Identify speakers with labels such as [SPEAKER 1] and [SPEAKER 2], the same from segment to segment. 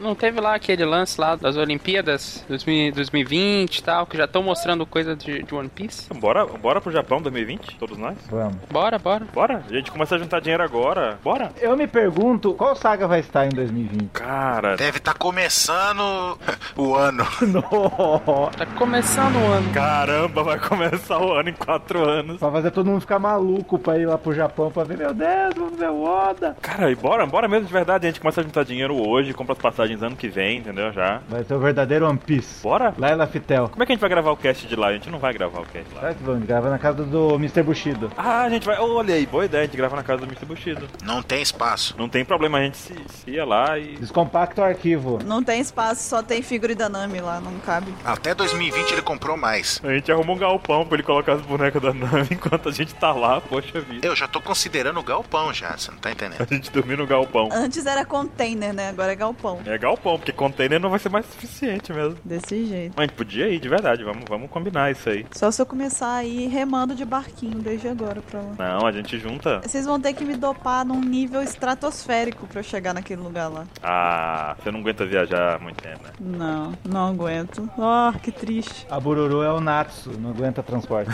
[SPEAKER 1] Não teve lá aquele lance lá das Olimpíadas 2000 2020 e tal, que já estão mostrando coisa de, de One Piece?
[SPEAKER 2] Então, Bora, bora pro Japão 2020, todos nós?
[SPEAKER 3] Vamos.
[SPEAKER 1] Bora, bora.
[SPEAKER 2] Bora? A gente começa a juntar dinheiro agora. Bora?
[SPEAKER 3] Eu me pergunto qual saga vai estar em 2020.
[SPEAKER 2] Cara,
[SPEAKER 4] Deve estar começando o ano.
[SPEAKER 3] Nossa.
[SPEAKER 1] Tá começando o ano.
[SPEAKER 2] caramba, vai começar o ano em quatro anos.
[SPEAKER 3] Pra fazer todo mundo ficar maluco pra ir lá pro Japão pra ver, meu Deus, vamos ver o Oda.
[SPEAKER 2] Cara, e bora, bora mesmo de verdade. A gente começa a juntar dinheiro hoje, compra as passagens ano que vem, entendeu? Já.
[SPEAKER 3] Vai ser o verdadeiro One Piece.
[SPEAKER 2] Bora?
[SPEAKER 3] Laila Fitel.
[SPEAKER 2] Como é que a gente vai gravar o cast de lá? A gente não vai gravar o cast lá.
[SPEAKER 3] Sabe que vamos gravar na casa do Mr. Bushido.
[SPEAKER 2] Ah, a gente vai. Olha aí, boa ideia, a gente grava na casa do Mr. Bushido.
[SPEAKER 4] Não tem espaço.
[SPEAKER 2] Não tem problema, a gente se, se ia lá e.
[SPEAKER 3] Descompacta o arquivo.
[SPEAKER 5] Não tem espaço, só tem figura da Nami lá, não cabe.
[SPEAKER 4] Até 2020 ele comprou mais.
[SPEAKER 2] A gente arruma um galpão pra ele colocar as bonecas da Nami enquanto a gente tá lá, poxa vida.
[SPEAKER 4] Eu já tô considerando o galpão já, você não tá
[SPEAKER 2] A
[SPEAKER 4] entendendo.
[SPEAKER 2] gente dormir no galpão.
[SPEAKER 5] Antes era container, né? Agora é galpão.
[SPEAKER 2] É galpão, porque container não vai ser mais suficiente mesmo.
[SPEAKER 5] Desse jeito.
[SPEAKER 2] A gente podia ir, de verdade, vamos, vamos combinar isso aí.
[SPEAKER 5] Só se eu começar a ir remando de barquinho desde agora pra lá.
[SPEAKER 2] Não, a gente junta.
[SPEAKER 5] Vocês vão ter que me dopar num nível estratosférico pra eu chegar naquele lugar lá.
[SPEAKER 2] Ah, você não aguenta viajar muito tempo, né?
[SPEAKER 5] Não, não aguento. Oh, que triste.
[SPEAKER 3] A Bururu é o Natsu, não aguenta transporte.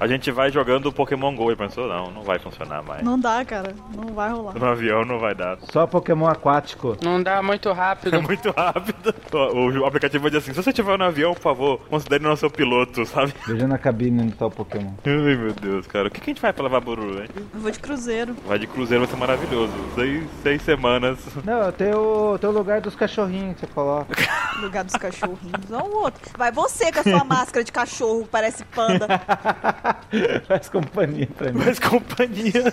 [SPEAKER 2] A gente vai jogando Pokémon GO, e pensou? Não, não vai funcionar mais.
[SPEAKER 5] Não dá, cara. Não vai rolar.
[SPEAKER 2] No avião não vai dar.
[SPEAKER 3] Só Pokémon aquático.
[SPEAKER 1] Não dá muito
[SPEAKER 2] É
[SPEAKER 1] rápido.
[SPEAKER 2] muito rápido. O, o aplicativo vai dizer assim: se você estiver no avião, por favor, considere não ser o piloto, sabe?
[SPEAKER 3] Veja na cabine onde tá o Pokémon.
[SPEAKER 2] Ai, meu Deus, cara. O que, que a gente vai pra levar Bururu, hein?
[SPEAKER 5] Eu vou de cruzeiro.
[SPEAKER 2] Vai de cruzeiro, vai ser maravilhoso. Seis, seis semanas.
[SPEAKER 3] Não, tem o, tem o lugar dos cachorrinhos que você coloca.
[SPEAKER 5] Lugar dos cachorrinhos. Ou o outro. Vai você com a sua máscara de cachorro, parece panda.
[SPEAKER 3] Faz companhia pra mim.
[SPEAKER 2] Mas companhia.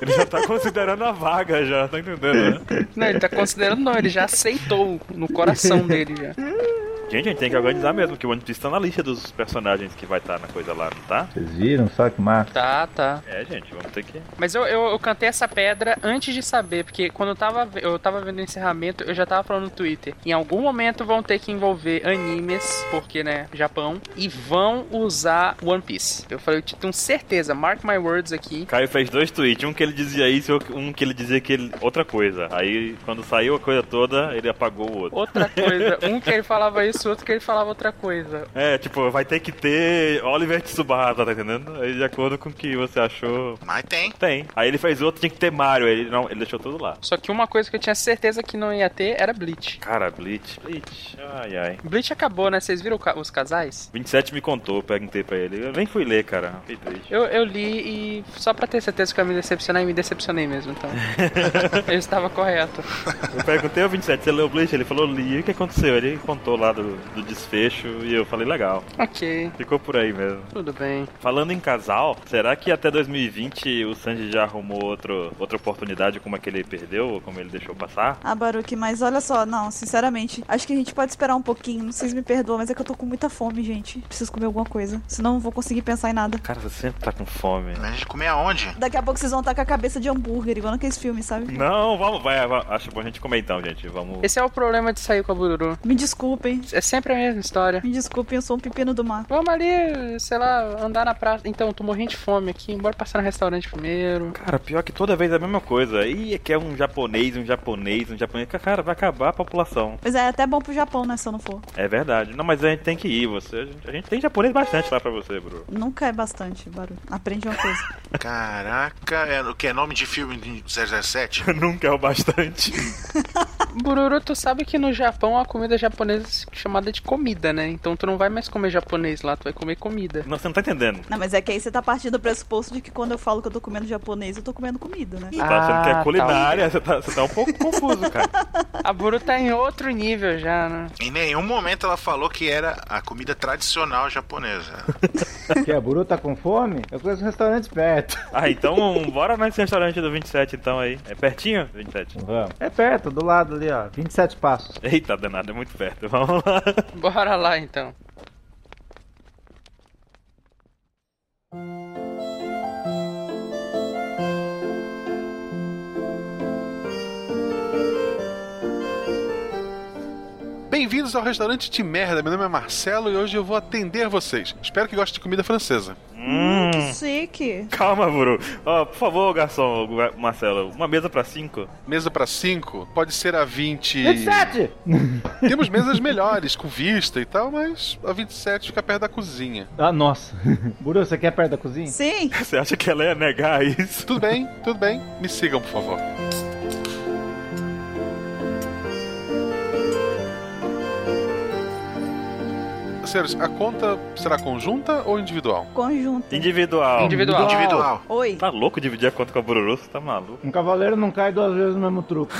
[SPEAKER 2] Ele já tá considerando a vaga, já, tá entendendo, né?
[SPEAKER 1] Não, ele tá considerando não, ele já aceitou no coração dele já.
[SPEAKER 2] Gente, a gente tem que organizar mesmo, que o One Piece tá na lista dos personagens que vai estar na coisa lá, não tá?
[SPEAKER 3] Vocês viram só que massa?
[SPEAKER 1] Tá, tá.
[SPEAKER 2] É, gente, vamos ter que.
[SPEAKER 1] Mas eu, eu, eu cantei essa pedra antes de saber, porque quando eu tava, ve- eu tava vendo o encerramento, eu já tava falando no Twitter. Em algum momento vão ter que envolver animes, porque, né, Japão, e vão usar One Piece. Eu falei, eu tenho certeza, mark my words aqui.
[SPEAKER 2] Caio fez dois tweets, um que ele dizia isso e outro- um que ele dizia que ele... outra coisa. Aí, quando saiu a coisa toda, ele apagou o outro.
[SPEAKER 1] Outra coisa, um que ele falava isso, outro que ele falava outra coisa.
[SPEAKER 2] É, tipo, vai ter que ter Oliver Tsubasa, tá entendendo? Aí, de acordo com o que você achou,
[SPEAKER 4] Mas tem.
[SPEAKER 2] tem. Aí ele fez outro, tinha que ter Mario. aí Ele, não, ele deixou tudo lá.
[SPEAKER 1] Só que uma coisa que eu tinha certeza que não ia ter era Bleach.
[SPEAKER 2] Cara, Bleach. Bleach. Ai, ai.
[SPEAKER 1] Bleach acabou, né? Vocês viram o ca- os casais?
[SPEAKER 2] 27 me contou, perguntei pra ele. Eu nem fui ler, cara. Fiquei triste.
[SPEAKER 1] Eu, eu li e só pra ter certeza que eu ia me decepcionar, e me decepcionei mesmo, então. eu estava correto.
[SPEAKER 2] Eu perguntei ao 27, você leu Bleach? Ele falou, li. E o que aconteceu? Ele contou lá do, do desfecho e eu falei, legal.
[SPEAKER 1] Ok,
[SPEAKER 2] Ficou por aí mesmo.
[SPEAKER 1] tudo bem.
[SPEAKER 2] Falando em casal, será que até 2020 o Sanji já arrumou outro, outra oportunidade como é que ele perdeu, ou como ele deixou passar?
[SPEAKER 5] Ah, Baruque, mas olha só, não, sinceramente, acho que a gente pode esperar um pouquinho. Vocês me perdoam, mas é que eu tô com muita fome, gente. Preciso comer alguma coisa, senão eu não vou conseguir pensar em nada.
[SPEAKER 2] Cara, você sempre tá com fome.
[SPEAKER 4] Mas a gente comer aonde?
[SPEAKER 5] Daqui a pouco vocês vão estar com a cabeça de hambúrguer, igual naqueles filmes, sabe?
[SPEAKER 2] Não, vamos, vai, vai, acho bom a gente comer então, gente. Vamos.
[SPEAKER 1] Esse é o problema de sair com a Bururu.
[SPEAKER 5] Me desculpem,
[SPEAKER 1] É sempre a mesma história.
[SPEAKER 5] me desculpem, eu sou um pepino do mar.
[SPEAKER 1] Vamos ali, sei lá, andar na praça. Então, tô morrendo de fome aqui. Bora passar no restaurante primeiro.
[SPEAKER 2] Cara, pior que toda vez é a mesma coisa. Ih, é que é um japonês, um japonês, um japonês. Cara, vai acabar a população.
[SPEAKER 5] Pois é, é até bom pro Japão, né, se eu não for.
[SPEAKER 2] É verdade. Não, mas a gente tem que ir, você. A gente, a gente tem japonês bastante lá pra você, Bruno.
[SPEAKER 5] Nunca é bastante, Baru. Aprende uma coisa.
[SPEAKER 4] Caraca, é, o que é nome de filme de 007?
[SPEAKER 2] Nunca é o bastante.
[SPEAKER 1] Bururu, tu sabe que no Japão a comida japonesa é chamada de comida, né? Então tu não vai mais comer japonês lá, tu vai comer comida.
[SPEAKER 2] não, você não tá entendendo.
[SPEAKER 5] Não, mas é que aí você tá partindo do pressuposto de que quando eu falo que eu tô comendo japonês, eu tô comendo comida, né?
[SPEAKER 2] Você tá achando que
[SPEAKER 1] Ah,
[SPEAKER 2] é
[SPEAKER 1] tá.
[SPEAKER 2] culinária, você, tá, você tá um pouco confuso, cara.
[SPEAKER 1] A Buru tá em outro nível já, né?
[SPEAKER 4] Em nenhum momento ela falou que era a comida tradicional japonesa.
[SPEAKER 3] Que a Buru tá com fome? Eu conheço um restaurante perto.
[SPEAKER 2] Ah, então bora nesse restaurante do 27 então aí. É pertinho? 27.
[SPEAKER 3] Vamos. É perto, do lado ali, ó. 27 passos.
[SPEAKER 2] Eita, danado, é muito perto. Vamos lá.
[SPEAKER 1] Bora lá então.
[SPEAKER 6] Bem-vindos ao restaurante de merda. Meu nome é Marcelo e hoje eu vou atender vocês. Espero que gostem de comida francesa.
[SPEAKER 2] Hum.
[SPEAKER 5] Que chique.
[SPEAKER 2] Calma, Buru. Ó, por favor, garçom, gu- Marcelo, uma mesa pra cinco.
[SPEAKER 4] Mesa pra 5 pode ser a 20.
[SPEAKER 3] 27!
[SPEAKER 4] Temos mesas melhores, com vista e tal, mas a 27 fica perto da cozinha.
[SPEAKER 3] Ah, nossa. Buru, você quer perto da cozinha?
[SPEAKER 5] Sim.
[SPEAKER 2] Você acha que ela ia negar isso?
[SPEAKER 4] Tudo bem, tudo bem. Me sigam, por favor. Senhores, a conta será conjunta ou individual?
[SPEAKER 5] Conjunto.
[SPEAKER 2] Individual.
[SPEAKER 1] Individual.
[SPEAKER 4] Individual.
[SPEAKER 5] Oi.
[SPEAKER 2] Tá louco dividir a conta com a Bururu? Você tá maluco?
[SPEAKER 3] Um cavaleiro não cai duas vezes no mesmo truque.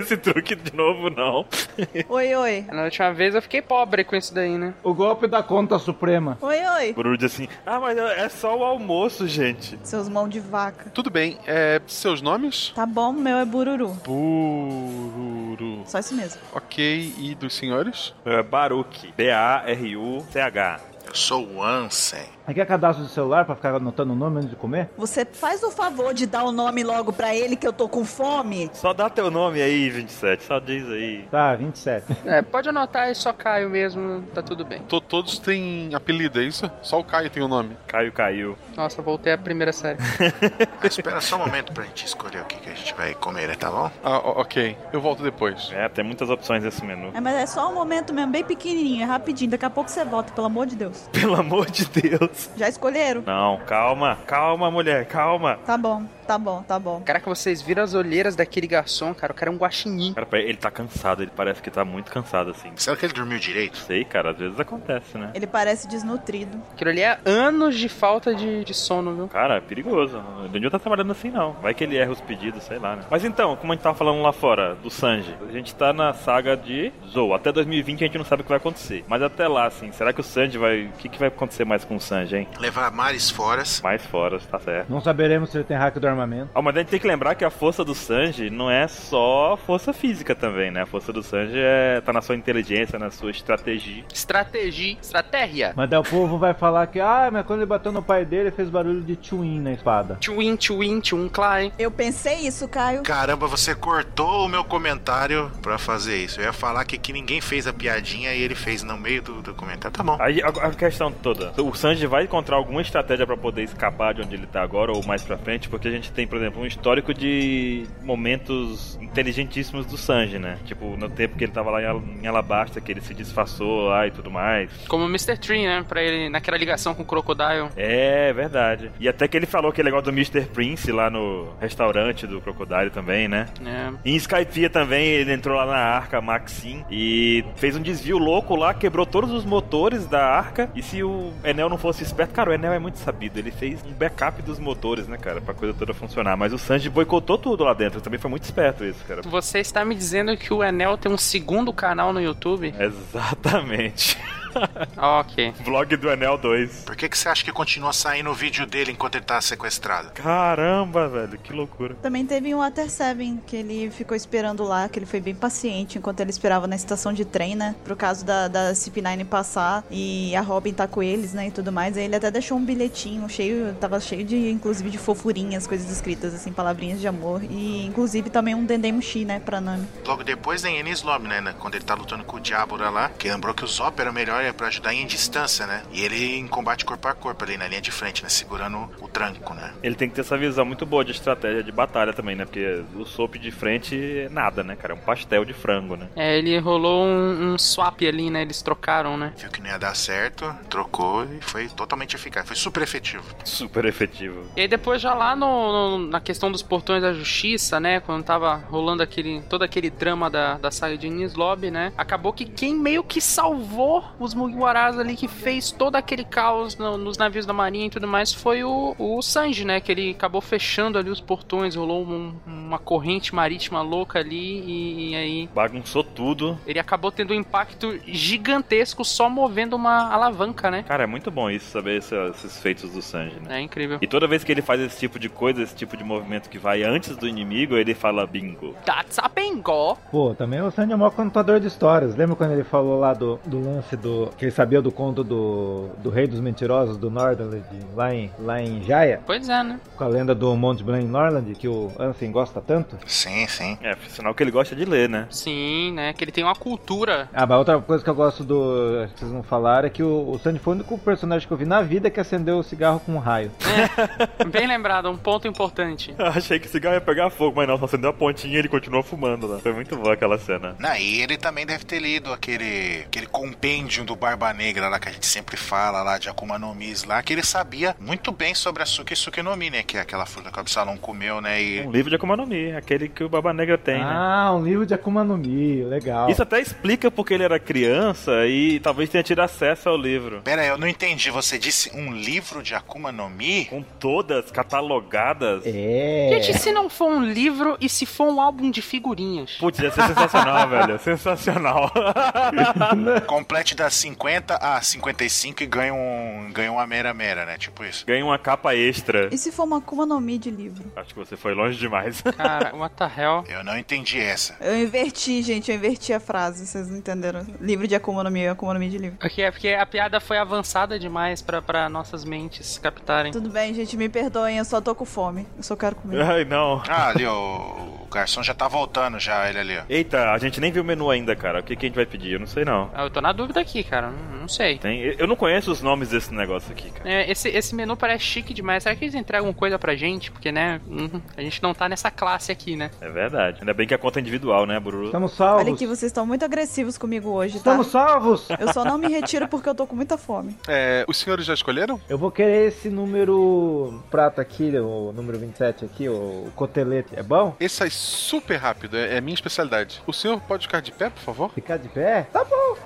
[SPEAKER 2] Esse truque de novo, não.
[SPEAKER 5] Oi, oi.
[SPEAKER 1] Na última vez eu fiquei pobre com isso daí, né?
[SPEAKER 3] O golpe da conta suprema.
[SPEAKER 5] Oi, oi.
[SPEAKER 2] Bururu diz assim, ah, mas é só o almoço, gente.
[SPEAKER 5] Seus mãos de vaca.
[SPEAKER 4] Tudo bem, é, seus nomes?
[SPEAKER 5] Tá bom, meu é bururu.
[SPEAKER 2] Bururu.
[SPEAKER 5] Só isso mesmo.
[SPEAKER 4] Ok, e dos senhores?
[SPEAKER 2] É Baruque. B-A-R-U-C-H.
[SPEAKER 4] Sou o Ansem.
[SPEAKER 3] Aqui é cadastro de celular pra ficar anotando o nome antes de comer?
[SPEAKER 5] Você faz o favor de dar o nome logo pra ele que eu tô com fome?
[SPEAKER 2] Só dá teu nome aí, 27. Só diz aí.
[SPEAKER 3] Tá, 27.
[SPEAKER 1] É, pode anotar e só Caio mesmo, tá tudo bem.
[SPEAKER 4] To- todos têm apelido, é isso? Só o Caio tem o nome.
[SPEAKER 2] Caio caiu.
[SPEAKER 1] Nossa, voltei à primeira série.
[SPEAKER 6] Espera só um momento pra gente escolher o que, que a gente vai comer, tá bom?
[SPEAKER 4] Ah, o- ok. Eu volto depois.
[SPEAKER 2] É, tem muitas opções nesse menu.
[SPEAKER 5] É, mas é só um momento mesmo, bem pequenininho, é rapidinho. Daqui a pouco você volta, pelo amor de Deus.
[SPEAKER 2] Pelo amor de Deus.
[SPEAKER 5] Já escolheram?
[SPEAKER 2] Não, calma. Calma, mulher, calma.
[SPEAKER 5] Tá bom, tá bom, tá bom.
[SPEAKER 1] Caraca, vocês viram as olheiras daquele garçom, cara. O cara é um guaxinim.
[SPEAKER 2] Cara, peraí, ele tá cansado. Ele parece que tá muito cansado, assim.
[SPEAKER 6] Será que ele dormiu direito?
[SPEAKER 2] Sei, cara, às vezes acontece, né?
[SPEAKER 5] Ele parece desnutrido.
[SPEAKER 1] Aquilo ali é anos de falta de, de sono, viu?
[SPEAKER 2] Cara, é perigoso. O Daniel tá trabalhando assim não. Vai que ele erra os pedidos, sei lá, né? Mas então, como a gente tava falando lá fora, do Sanji, a gente tá na saga de Zou. Até 2020 a gente não sabe o que vai acontecer. Mas até lá, assim, será que o Sanji vai. O que, que vai acontecer mais com o Sanji, hein?
[SPEAKER 6] Levar mares foras.
[SPEAKER 2] Mais fora, tá certo.
[SPEAKER 3] Não saberemos se ele tem hack do armamento.
[SPEAKER 2] Ah, mas a gente tem que lembrar que a força do Sanji não é só força física também, né? A força do Sanji é, tá na sua inteligência, na sua estratégia.
[SPEAKER 1] Estratégia. Estratégia.
[SPEAKER 3] Mas daí o povo vai falar que, ah, mas quando ele bateu no pai dele, ele fez barulho de twin na espada.
[SPEAKER 1] Twin, twin, twin, Klein.
[SPEAKER 5] Eu pensei isso, Caio.
[SPEAKER 6] Caramba, você cortou o meu comentário pra fazer isso. Eu ia falar que, que ninguém fez a piadinha e ele fez no meio do, do comentário. Tá bom.
[SPEAKER 2] Aí a, a questão toda, o Sanji vai encontrar alguma estratégia pra poder escapar de onde ele tá agora ou mais pra frente, porque a gente tem, por exemplo, um histórico de momentos inteligentíssimos do Sanji, né? Tipo, no tempo que ele tava lá em Al- em Alabasta, que ele se disfarçou lá e tudo mais.
[SPEAKER 1] Como o Mr. Tree, né? Pra ele, naquela ligação com o Crocodile.
[SPEAKER 2] É, verdade. E até que ele falou aquele negócio do Mr. Prince lá no restaurante do Crocodile também, né?
[SPEAKER 1] né?
[SPEAKER 2] Em Skypiea também, ele entrou lá na arca Maxim e fez um desvio louco lá, quebrou todos os motores da arca. E se o Enel não fosse esperto, cara, o Enel é muito sabido, ele fez um backup dos motores, né, cara, pra coisa toda funcionar. Mas o Sanji boicotou tudo lá dentro, também foi muito esperto isso, cara.
[SPEAKER 1] Você está me dizendo que o Enel tem um segundo canal no YouTube?
[SPEAKER 2] Exatamente.
[SPEAKER 1] Ah, ok.
[SPEAKER 2] Vlog do Enel 2.
[SPEAKER 6] Por que, que você acha que continua saindo o vídeo dele enquanto ele tá sequestrado?
[SPEAKER 2] Caramba, velho, que loucura.
[SPEAKER 5] Também teve um Water Seven que ele ficou esperando lá, que ele foi bem paciente enquanto ele esperava na estação de trem, né? Pro caso da, da CP9 passar e a Robin tá com eles, né? E tudo mais. Aí ele até deixou um bilhetinho cheio, tava cheio de, inclusive, de fofurinhas, coisas escritas, assim, palavrinhas de amor. E inclusive também um Dendê Mushi, né? Pra Nami.
[SPEAKER 6] Logo depois tem Enis Lobby, né, né? Quando ele tá lutando com o Diabo lá, que lembrou que o Zop era melhor é pra ajudar em distância, né? E ele em combate corpo a corpo ali na linha de frente, né? Segurando o tranco, né?
[SPEAKER 2] Ele tem que ter essa visão muito boa de estratégia de batalha também, né? Porque o soap de frente é nada, né, cara? É um pastel de frango, né?
[SPEAKER 1] É, ele rolou um, um swap ali, né? Eles trocaram, né?
[SPEAKER 6] Viu que não ia dar certo, trocou e foi totalmente eficaz. Foi super efetivo.
[SPEAKER 2] Super efetivo.
[SPEAKER 1] E aí depois já lá no, no- na questão dos portões da justiça, né? Quando tava rolando aquele, todo aquele drama da, da saga de Nis Lobby, né? Acabou que quem meio que salvou os Mugiwaras ali, que fez todo aquele caos no- nos navios da marinha e tudo mais, foi o, o Sanji, né? Que ele acabou fechando ali os portões, rolou um- uma corrente marítima louca ali e, e aí...
[SPEAKER 2] Bagunçou tudo.
[SPEAKER 1] Ele acabou tendo um impacto gigantesco só movendo uma alavanca, né?
[SPEAKER 2] Cara, é muito bom isso, saber esse- esses feitos do Sanji, né?
[SPEAKER 1] É incrível.
[SPEAKER 2] E toda vez que ele faz esse tipo de coisa, esse tipo de movimento que vai antes do inimigo, ele fala bingo.
[SPEAKER 1] tá That's a bingo.
[SPEAKER 3] Pô, também o Sandy é o maior contador de histórias. Lembra quando ele falou lá do, do lance do do. que ele sabia do conto do, do Rei dos Mentirosos do Norland, lá em, lá em Jaya,
[SPEAKER 1] Pois é, né?
[SPEAKER 3] com a lenda do Mont Blanc Norland, que o Ansem gosta tanto.
[SPEAKER 6] Sim, sim.
[SPEAKER 2] É, sinal que ele gosta de ler, né?
[SPEAKER 1] Sim, né? Que ele tem uma cultura.
[SPEAKER 3] Ah, mas outra coisa que eu gosto do. acho que vocês não falaram é que o, o Sandy foi o único personagem que eu vi na vida que acendeu o cigarro com um raio.
[SPEAKER 1] Bem lembrado, um ponto importante.
[SPEAKER 2] Eu achei que o cigarro ia pegar fogo, mas não, só acendeu a pontinha e ele continuou fumando né? lá. Foi muito boa aquela cena.
[SPEAKER 6] Não, e ele também deve ter lido aquele, aquele compêndio do Barba Negra lá que a gente sempre fala lá de Akuma no Mis lá, que ele sabia muito bem sobre a Suki Suki no Mi, né? Que é aquela fruta que o Absalom comeu, né? E
[SPEAKER 2] Um livro de Akuma no Mi, aquele que o Baba Negra tem, né?
[SPEAKER 3] ah, um livro de Akuma no Mi, legal.
[SPEAKER 2] Isso até explica porque ele era criança e talvez tenha tido acesso ao livro.
[SPEAKER 6] Pera aí, eu não entendi. Você disse um livro de Akuma no Mi?
[SPEAKER 2] Com todas catalogadas.
[SPEAKER 3] É.
[SPEAKER 1] Gente, e se não for um livro e se for um álbum de figurinhas?
[SPEAKER 2] Putz, ia ser sensacional, velho. Sensacional.
[SPEAKER 6] Complete das 50 a 55 e ganha, um, ganha uma mera mera, né? Tipo isso.
[SPEAKER 2] Ganha uma capa extra.
[SPEAKER 5] E se for uma Akuma no Mi de livro?
[SPEAKER 2] Acho que você foi longe demais.
[SPEAKER 1] Cara, what the hell?
[SPEAKER 6] Eu não entendi essa.
[SPEAKER 5] Eu inverti, gente, eu inverti a frase, vocês não entenderam. Livro de Akuma no Mi, Akuma no Mi de livro.
[SPEAKER 1] Aqui é porque a piada foi avançada demais pra, pra nossas mentes captarem.
[SPEAKER 5] Tudo bem, gente, me perdoem, eu só tô com fome. Eu só quero comer.
[SPEAKER 2] Ai, não.
[SPEAKER 6] Ah, ali, o, o garçom já tá voltando já, ele ali, ó.
[SPEAKER 2] Eita, a gente nem viu o menu ainda, cara. O que, que a gente vai pedir? Eu não sei, não.
[SPEAKER 1] Ah, Eu tô na dúvida aqui, cara. Não, não sei.
[SPEAKER 2] Tem... Eu não conheço os nomes desse negócio aqui, cara.
[SPEAKER 1] É, esse, esse menu parece chique demais. Será que eles entregam coisa pra gente? Porque, né? uhum, a gente não tá nessa classe aqui, né?
[SPEAKER 2] É verdade. Ainda bem que a conta é individual, né, Bururu?
[SPEAKER 3] Estamos
[SPEAKER 5] Olha
[SPEAKER 3] salvos.
[SPEAKER 5] aqui, vocês estão muito agressivos comigo hoje, tá?
[SPEAKER 3] Estamos salvos!
[SPEAKER 5] Eu só não me retiro porque eu tô com muita fome.
[SPEAKER 4] É, os senhores já escolheram?
[SPEAKER 3] Eu vou querer esse número prata aqui, o número 27 aqui, o cotelete. É bom?
[SPEAKER 4] Esse sai super rápido, é, é minha especialidade. O senhor pode ficar de pé, por favor?
[SPEAKER 3] Ficar de pé? Tá bom.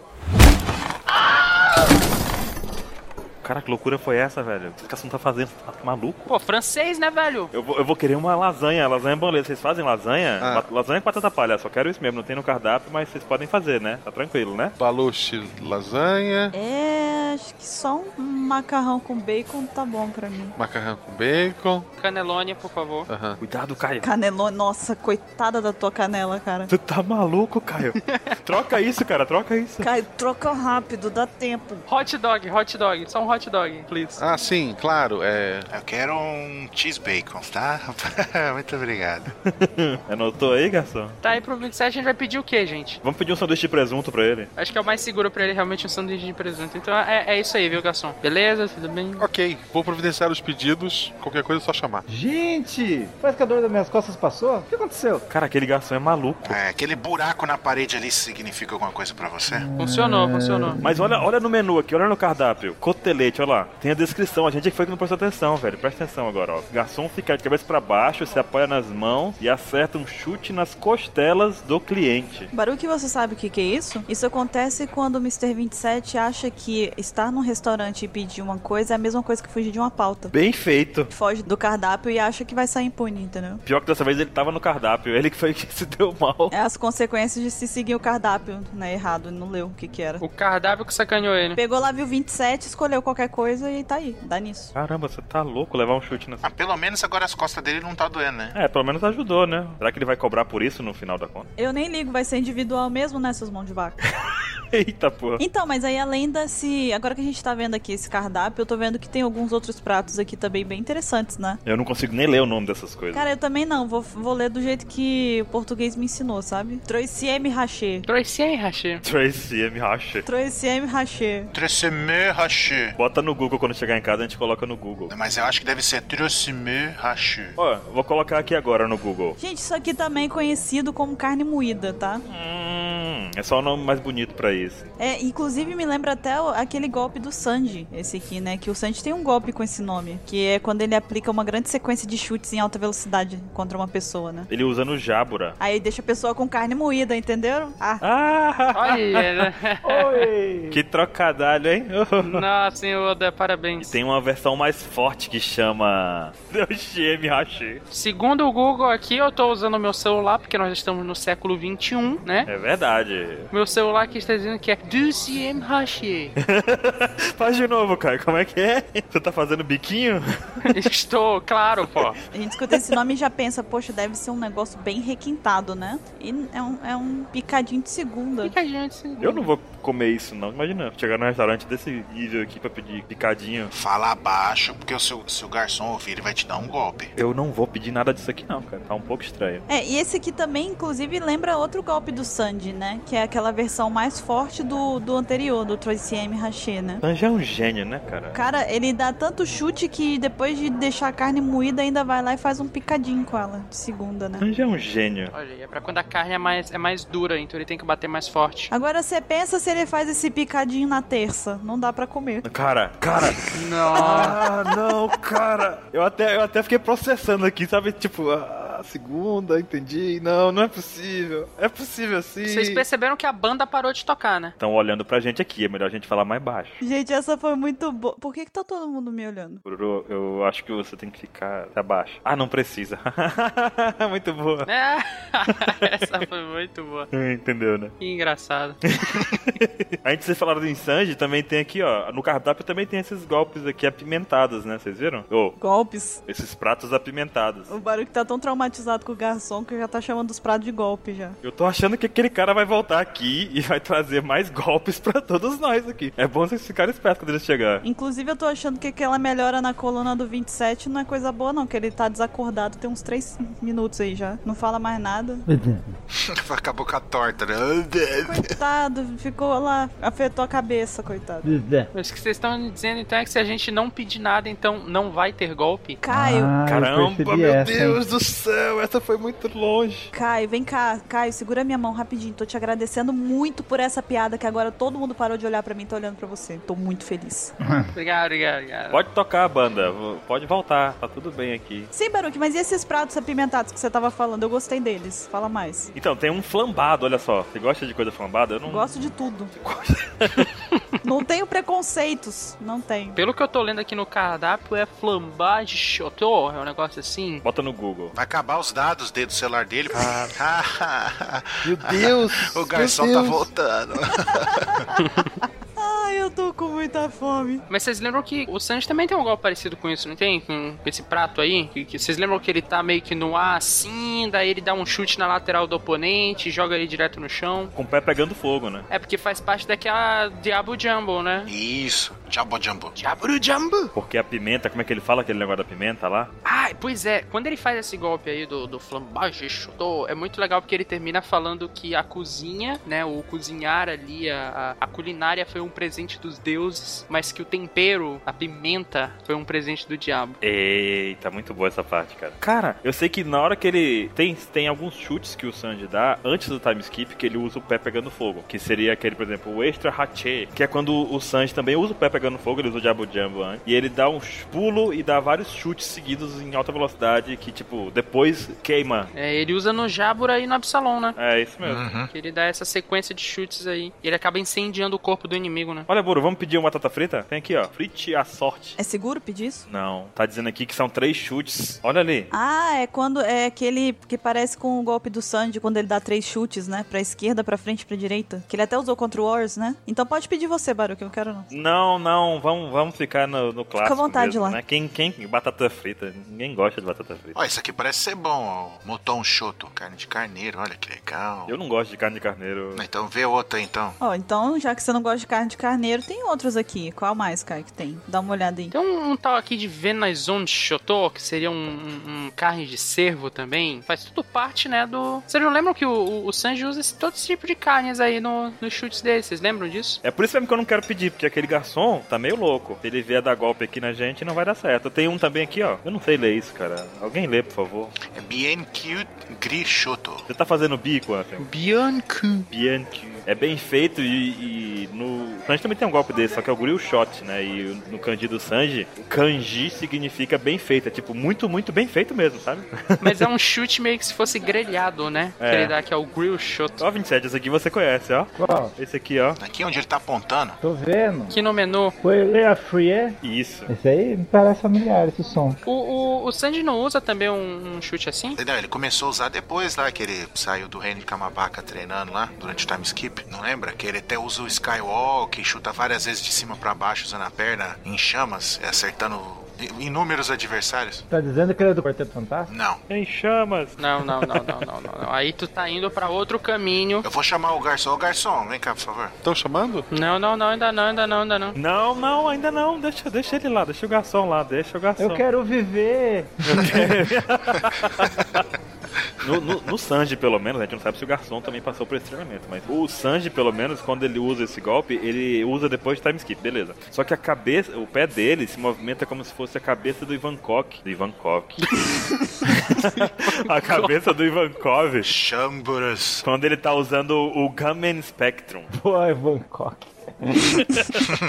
[SPEAKER 2] Cara, que loucura foi essa, velho? O que você não tá fazendo? Você tá maluco?
[SPEAKER 1] Pô, francês, né, velho?
[SPEAKER 2] Eu vou, eu vou querer uma lasanha, lasanha boleza. Vocês fazem lasanha?
[SPEAKER 4] Ah.
[SPEAKER 2] La- Lasanha com batata palha, só quero isso mesmo. Não tem no cardápio, mas vocês podem fazer, né? Tá tranquilo, né?
[SPEAKER 4] Baluche, lasanha,
[SPEAKER 5] É, acho que só um macarrão com bacon tá bom pra mim.
[SPEAKER 4] macarrão com bacon.
[SPEAKER 1] Canelônia, por favor.
[SPEAKER 4] Aham.
[SPEAKER 2] Cuidado, Caio.
[SPEAKER 5] Canelone, nossa, coitada da tua canela, cara.
[SPEAKER 2] Tu tá maluco, Caio? troca isso, cara, troca isso.
[SPEAKER 5] Caio, troca rápido, dá tempo.
[SPEAKER 1] Hot dog, hot dog. Só um hot dog, please.
[SPEAKER 4] Ah, sim, claro. É,
[SPEAKER 6] Eu quero um cheese bacon, tá? Muito obrigado.
[SPEAKER 2] Anotou aí, garçom?
[SPEAKER 1] Tá aí pro 27, a gente vai pedir o quê, gente?
[SPEAKER 2] Vamos pedir um sanduíche de presunto pra ele.
[SPEAKER 1] Acho que é o mais seguro pra ele realmente um sanduíche de presunto. Então é, é isso aí, viu, garçom? Beleza? Tudo bem?
[SPEAKER 4] ok, vou providenciar os pedidos. Qualquer coisa é só chamar.
[SPEAKER 3] Gente, parece que a dor das minhas costas passou. O que aconteceu?
[SPEAKER 2] Cara, aquele garçom é maluco.
[SPEAKER 6] É, aquele buraco na parede ali significa alguma coisa pra você?
[SPEAKER 1] Funcionou, funcionou.
[SPEAKER 2] Mas olha, olha no menu aqui, olha no cardápio. Cotelete, olha lá. Tem a descrição. A gente é que foi que não prestou atenção, velho. Presta atenção agora, ó. Garçom fica de cabeça pra baixo, se apoia nas mãos e acerta um chute nas costelas do cliente.
[SPEAKER 5] Baruque, você sabe o que, que é isso? Isso acontece quando o Mr. 27 acha que estar num restaurante e pedir uma coisa é a mesma coisa que fugir de uma pauta.
[SPEAKER 2] Bem feito.
[SPEAKER 5] Foge do cardápio e acha que vai sair impune, entendeu?
[SPEAKER 2] Pior que dessa vez ele tava no cardápio, ele que foi que se deu mal.
[SPEAKER 5] É as consequências de se seguir o cardápio, né? Errado, não leu o que que era.
[SPEAKER 1] O cardápio que sacaneou ele.
[SPEAKER 5] Pegou lá, viu 27, escolheu qualquer coisa e tá aí, dá nisso.
[SPEAKER 2] Caramba, você tá louco levar um chute nessa.
[SPEAKER 6] Ah, pelo menos agora as costas dele não tá doendo, né?
[SPEAKER 2] É, pelo menos ajudou, né? Será que ele vai cobrar por isso no final da conta?
[SPEAKER 5] Eu nem ligo, vai ser individual mesmo, né, seus mãos de vaca?
[SPEAKER 2] Eita porra.
[SPEAKER 5] Então, mas aí além desse. Agora que a gente tá vendo aqui esse cardápio, eu tô vendo que tem alguns outros pratos aqui também bem interessantes, né?
[SPEAKER 2] Eu não consigo nem ler o nome dessas coisas.
[SPEAKER 5] Cara, eu também não, vou, vou ler do jeito que o português me ensinou, sabe? Troisième rachê.
[SPEAKER 1] Trouxe aí, Hashi.
[SPEAKER 2] Tracy M. Rache.
[SPEAKER 5] Troisième rachê.
[SPEAKER 6] Tressemé Hashi.
[SPEAKER 2] Bota no Google quando chegar em casa, a gente coloca no Google.
[SPEAKER 6] Mas eu acho que deve ser Tressemé Hashi.
[SPEAKER 2] Ó, vou colocar aqui agora no Google.
[SPEAKER 5] Gente, isso aqui também é conhecido como carne moída, tá?
[SPEAKER 2] Hum, é só o nome mais bonito pra isso.
[SPEAKER 5] É, inclusive me lembra até o- aquele golpe do Sanji, esse aqui, né? Que o Sanji tem um golpe com esse nome, que é quando ele aplica uma grande sequência de chutes em alta velocidade contra uma pessoa, né?
[SPEAKER 2] Ele usando Jabura.
[SPEAKER 5] Aí deixa a pessoa com carne moída, entenderam? Ah,
[SPEAKER 2] Ah!
[SPEAKER 1] Olha aí, né?
[SPEAKER 3] Oi!
[SPEAKER 2] Que trocadalho, hein?
[SPEAKER 1] Nossa, hein, Oda, parabéns.
[SPEAKER 2] Tem uma versão mais forte que chama. Tracy M. Rache.
[SPEAKER 1] Segundo o Google aqui, eu tô usando o meu celular, porque nós estamos no século 21, né?
[SPEAKER 2] É verdade.
[SPEAKER 1] Meu celular aqui está dizendo que é DCM Hashi.
[SPEAKER 2] Faz de novo, cara. Como é que é? Você tá fazendo biquinho?
[SPEAKER 1] Estou, claro, pô.
[SPEAKER 5] a gente escuta esse nome e já pensa, poxa, deve ser um negócio bem requintado, né? E é um, é um picadinho de segunda.
[SPEAKER 1] Fica a gente.
[SPEAKER 2] Eu não vou comer isso, não. Imagina, chegar num restaurante desse nível aqui pra pedir picadinho.
[SPEAKER 6] Fala baixo, porque o seu, se o garçom ouvir, ele vai te dar um golpe.
[SPEAKER 2] Eu não vou pedir nada disso aqui, não, cara. Tá um pouco estranho.
[SPEAKER 5] É, e esse aqui também, inclusive, lembra outro golpe do Sandy, né? Que é aquela versão mais forte do, do anterior, do Troy CM Hashi, né?
[SPEAKER 2] Sanji é um gênio, né, cara?
[SPEAKER 5] Cara, ele dá tanto chute que depois de deixar a carne moída, ainda vai lá e faz um picadinho com ela, de segunda, né?
[SPEAKER 2] Sanji é um gênio.
[SPEAKER 1] Olha, aí, é pra quando a carne é mais, é mais dura, então ele tem que bater mais forte.
[SPEAKER 5] Agora você pensa se ele faz esse picadinho na terça. Não dá pra comer.
[SPEAKER 2] Cara, cara. Ah, não, cara. Eu até, eu até fiquei processando aqui, sabe? Tipo, ah, segunda, entendi. Não, não é possível. É possível sim.
[SPEAKER 1] Vocês perceberam que a banda parou de tocar, né?
[SPEAKER 2] Estão olhando pra gente aqui, é melhor a gente falar mais baixo.
[SPEAKER 5] Gente, essa foi muito boa. Por que, que tá todo mundo me olhando?
[SPEAKER 2] Bururu, eu acho que você tem que ficar abaixo. Ah, não precisa. Muito boa.
[SPEAKER 1] É, essa foi muito boa.
[SPEAKER 2] Entendeu, né?
[SPEAKER 1] Que engraçado.
[SPEAKER 2] Antes de vocês falaram do Insanji, também tem aqui, ó. No cardápio também tem esses golpes aqui apimentados, né? Vocês viram? Ô,
[SPEAKER 5] Golpes.
[SPEAKER 2] esses pratos apimentados.
[SPEAKER 5] O Baruque tá tão traumatizado com o garçom que já tá chamando os pratos de golpe já.
[SPEAKER 2] Eu tô achando que aquele cara vai voltar aqui e vai trazer mais golpes pra todos nós aqui. É bom vocês ficarem espertos quando ele chegar.
[SPEAKER 5] Inclusive, eu tô achando que aquela melhora na coluna do 27 não é coisa boa, não. Que ele tá desacordado tem uns 3 minutos aí já. Não fala mais nada.
[SPEAKER 6] Acabou com a torta, né?
[SPEAKER 5] Coitado, ficou lá, afetou a cabeça, coitado.
[SPEAKER 1] Mas o que vocês estão dizendo então é que se a gente não pedir nada, então não vai ter golpe?
[SPEAKER 5] Caio,
[SPEAKER 3] Ah, eu
[SPEAKER 2] Caramba,
[SPEAKER 3] percebi
[SPEAKER 2] meu
[SPEAKER 3] essa, hein?
[SPEAKER 2] Deus do céu, essa foi muito longe.
[SPEAKER 5] Caio, vem cá. Caio, segura minha mão rapidinho. Tô te agradecendo muito por essa piada que agora todo mundo parou de olhar pra mim e tá olhando pra você. Tô muito feliz.
[SPEAKER 1] Obrigado, obrigado, obrigado.
[SPEAKER 2] Pode tocar a banda, v- pode voltar, tá tudo bem aqui.
[SPEAKER 5] Sim, Baruque, mas e esses pratos apimentados que você tava falando? Eu gostei deles. Fala mais.
[SPEAKER 2] Então, tem um flambado, olha só. Você gosta de coisa flambada? Eu não
[SPEAKER 5] Gosto de tudo.
[SPEAKER 2] gosto.
[SPEAKER 5] Não tenho preconceitos. Não tenho.
[SPEAKER 1] Pelo que eu tô lendo aqui no cardápio, é flambar de chotô, é um negócio assim.
[SPEAKER 2] Bota no Google.
[SPEAKER 6] Vai acabar os dados dentro do celular dele. Ah.
[SPEAKER 2] Meu Deus!
[SPEAKER 6] o garçom tá voltando.
[SPEAKER 5] Ai, eu tô com muita fome.
[SPEAKER 1] Mas vocês lembram que o Sanji também tem um golpe parecido com isso, não tem? Com esse prato aí? Que, que vocês lembram que ele tá meio que no ar assim, daí ele dá um chute na lateral do oponente, joga ele direto no chão.
[SPEAKER 2] Com o pé pegando fogo, né?
[SPEAKER 1] É porque faz parte daquela Diabo Jumbo, né?
[SPEAKER 6] Isso. Jumbo Jumbo.
[SPEAKER 1] Diabo Jumbo!
[SPEAKER 2] Porque a pimenta, como é que ele fala aquele negócio da pimenta lá?
[SPEAKER 1] Ah, pois é, quando ele faz esse golpe aí do, do flambage chutou, é muito legal porque ele termina falando que a cozinha, né, o cozinhar ali, a, a- a culinária foi um presente dos deuses, mas que o tempero, a pimenta, foi um presente do diabo.
[SPEAKER 2] Eita, muito boa essa parte, cara. Cara, eu sei que na hora que ele. Tem, tem alguns chutes que o Sanji dá antes do time skip que ele usa o pé pegando fogo. Que seria aquele, por exemplo, o extra hache. Que é quando o Sanji também usa o pé pegando fogo, ele usa o Jabo Jumbo antes. E ele dá um ch- pulo e dá vários chutes seguidos em alta velocidade que, tipo, depois queima.
[SPEAKER 1] É, ele usa no Jabura e no Absalom, né?
[SPEAKER 2] É isso mesmo.
[SPEAKER 1] Que ele dá essa sequência de chutes aí. E ele acaba incendiando o corpo do inimigo, né?
[SPEAKER 2] Olha, Buru, vamos pedir uma batata frita? Tem aqui, ó. Frite a sorte.
[SPEAKER 5] É seguro pedir isso?
[SPEAKER 2] Não, tá dizendo aqui que são três chutes. Olha ali.
[SPEAKER 5] Ah, é quando é aquele que parece com o golpe do Sandy, quando ele dá três chutes, né? Pra esquerda, pra frente, pra direita. Que ele até usou contra o Wars, né? Então pode pedir você, Baruque, eu não quero não.
[SPEAKER 2] Não, não, vamos, vamos ficar no, no clássico.
[SPEAKER 5] vontade
[SPEAKER 2] mesmo,
[SPEAKER 5] lá.
[SPEAKER 2] Né? Quem, quem? Batata frita. Ninguém gosta de batata frita.
[SPEAKER 6] Ó, isso aqui parece ser bom, ó. Moton Choto, carne de carneiro, olha que legal.
[SPEAKER 2] Eu não gosto de carne de carneiro.
[SPEAKER 6] Então vê outra então.
[SPEAKER 5] Ó, então, já que você não gosta de carne de carneiro, tem outros aqui. Qual mais, Caio, que tem? Dá uma olhada aí.
[SPEAKER 1] Tem um, um tal aqui de Venazon de Chotô, que seria um, um- um carne de cervo também. Faz tudo parte, né, do... Vocês não lembram que o, o, o Sanji usa esse, todo esse tipo de carnes aí no, nos chutes dele? Vocês lembram disso?
[SPEAKER 2] É por isso mesmo que eu não quero pedir, porque aquele garçom tá meio louco. Se ele vier dar golpe aqui na gente, não vai dar certo. Tem um também aqui, ó. Eu não sei ler isso, cara. Alguém lê, por favor.
[SPEAKER 6] É BNQ Gris Choto.
[SPEAKER 2] Você tá fazendo bico, Anthony?
[SPEAKER 1] Bianco.
[SPEAKER 2] Bianchi. É bem feito e, e no. Sanji também tem um golpe desse, só que é o Grill Shot, né? E no kanji do Sanji, o kanji significa bem feito. É tipo, muito, muito bem feito mesmo, sabe?
[SPEAKER 1] Mas é um chute meio que se fosse grelhado, né?
[SPEAKER 2] É.
[SPEAKER 1] Que ele dá que é o grill shot.
[SPEAKER 2] Ó, 27, esse aqui você conhece, ó.
[SPEAKER 3] Qual?
[SPEAKER 2] Esse aqui, ó.
[SPEAKER 6] Aqui onde ele tá apontando.
[SPEAKER 3] Tô vendo.
[SPEAKER 1] Aqui no menu,
[SPEAKER 3] Foi ler a Free. é?
[SPEAKER 2] Isso.
[SPEAKER 3] Esse aí me parece familiar, esse som.
[SPEAKER 1] o, o, o Sanji não usa também um, um chute assim?
[SPEAKER 6] Não, ele começou a usar depois lá, que ele saiu do reino de Camabaca treinando lá, durante o time skip, não lembra? Que ele até usa o Skywalk, chuta várias vezes de cima pra baixo usando a perna em chamas, acertando inúmeros adversários?
[SPEAKER 3] Tá dizendo que ele é do Quarteto Fantástico?
[SPEAKER 6] Não.
[SPEAKER 2] Em chamas.
[SPEAKER 1] Não, não, não, não, não, não, não. Aí tu tá indo pra outro caminho.
[SPEAKER 6] Eu vou chamar o garçom. Ô garçom, vem cá, por favor.
[SPEAKER 4] Estão chamando?
[SPEAKER 1] Não, não, não, ainda não, ainda não, ainda não.
[SPEAKER 2] Não, não, ainda não. Deixa, deixa ele lá, deixa o garçom lá, deixa o garçom.
[SPEAKER 3] Eu quero viver!
[SPEAKER 2] No, no, no Sanji, pelo menos, a gente não sabe se o garçom também passou por esse treinamento, mas o Sanji, pelo menos, quando ele usa esse golpe, ele usa depois de time skip, beleza. Só que a cabeça, o pé dele se movimenta como se fosse a cabeça do Ivankov. Do Ivankov. a cabeça do Ivankov.
[SPEAKER 6] Chamburas.
[SPEAKER 2] Quando ele tá usando o Gamen Spectrum.
[SPEAKER 3] Pô, Ivan Koch.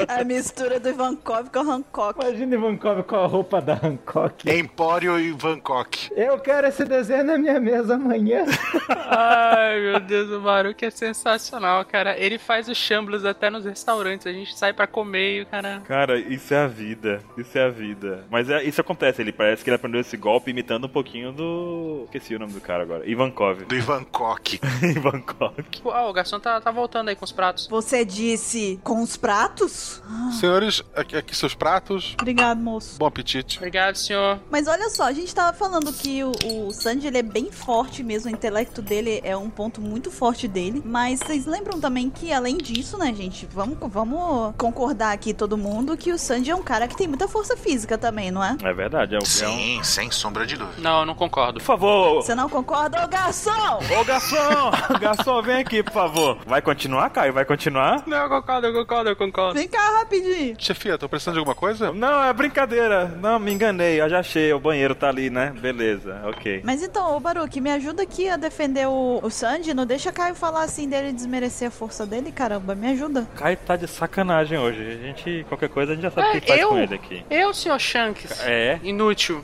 [SPEAKER 5] A mistura do Ivankov com o Hancock.
[SPEAKER 3] Imagina Ivan Koch com a roupa da Hancock.
[SPEAKER 6] Empório e Bangkok.
[SPEAKER 3] Eu quero esse desenho na minha mesa amanhã.
[SPEAKER 1] Ai, meu Deus, o Baruque é sensacional, cara. Ele faz os chamblos até nos restaurantes. A gente sai pra comer e o cara.
[SPEAKER 2] Cara, isso é a vida. Isso é a vida. Mas é- isso acontece, ele parece que ele aprendeu esse golpe imitando um pouquinho do. Esqueci o nome do cara agora. Ivankov.
[SPEAKER 6] Do Ivankok.
[SPEAKER 2] Ivankov.
[SPEAKER 1] Pô, ah, o garçom tá, tá voltando aí com os pratos.
[SPEAKER 5] Você disse com os pratos?
[SPEAKER 4] Senhores, aqui, aqui seus pratos.
[SPEAKER 5] Obrigado, moço.
[SPEAKER 4] Bom apetite.
[SPEAKER 1] Obrigado, senhor.
[SPEAKER 5] Mas olha só, a gente tava falando que o, o Sanji ele é bem forte mesmo, o intelecto dele é um ponto muito forte dele. Mas vocês lembram também que, além disso, né, gente, vamos, vamos concordar aqui todo mundo que o Sanji é um cara que tem muita força física também, não é?
[SPEAKER 2] É verdade, é o é um-
[SPEAKER 6] Sim, sem sombra de dúvida.
[SPEAKER 1] Não, eu não concordo.
[SPEAKER 2] Por favor,
[SPEAKER 5] Você não concorda, ô garçom?
[SPEAKER 2] Ô garçom! garçom, vem aqui, por favor. Vai continuar, Caio? Vai continuar?
[SPEAKER 1] Não, eu concordo, eu concordo, eu concordo.
[SPEAKER 5] Vem cá rapidinho.
[SPEAKER 4] Chefia, tô precisando de alguma coisa?
[SPEAKER 2] Não, é brincadeira. Não, me enganei. Eu já achei. O banheiro tá ali, né? Beleza, ok.
[SPEAKER 5] Mas então, ô Baruque, me ajuda aqui a defender o, o Sanji. Não deixa Caio falar assim dele e desmerecer a força dele, caramba. Me ajuda.
[SPEAKER 2] Caio tá de sacanagem hoje. A gente, qualquer coisa, a gente já sabe o
[SPEAKER 1] É,
[SPEAKER 2] que faz
[SPEAKER 1] eu?
[SPEAKER 2] com ele aqui.
[SPEAKER 1] Eu, senhor Shanks.
[SPEAKER 2] É.
[SPEAKER 1] Inútil.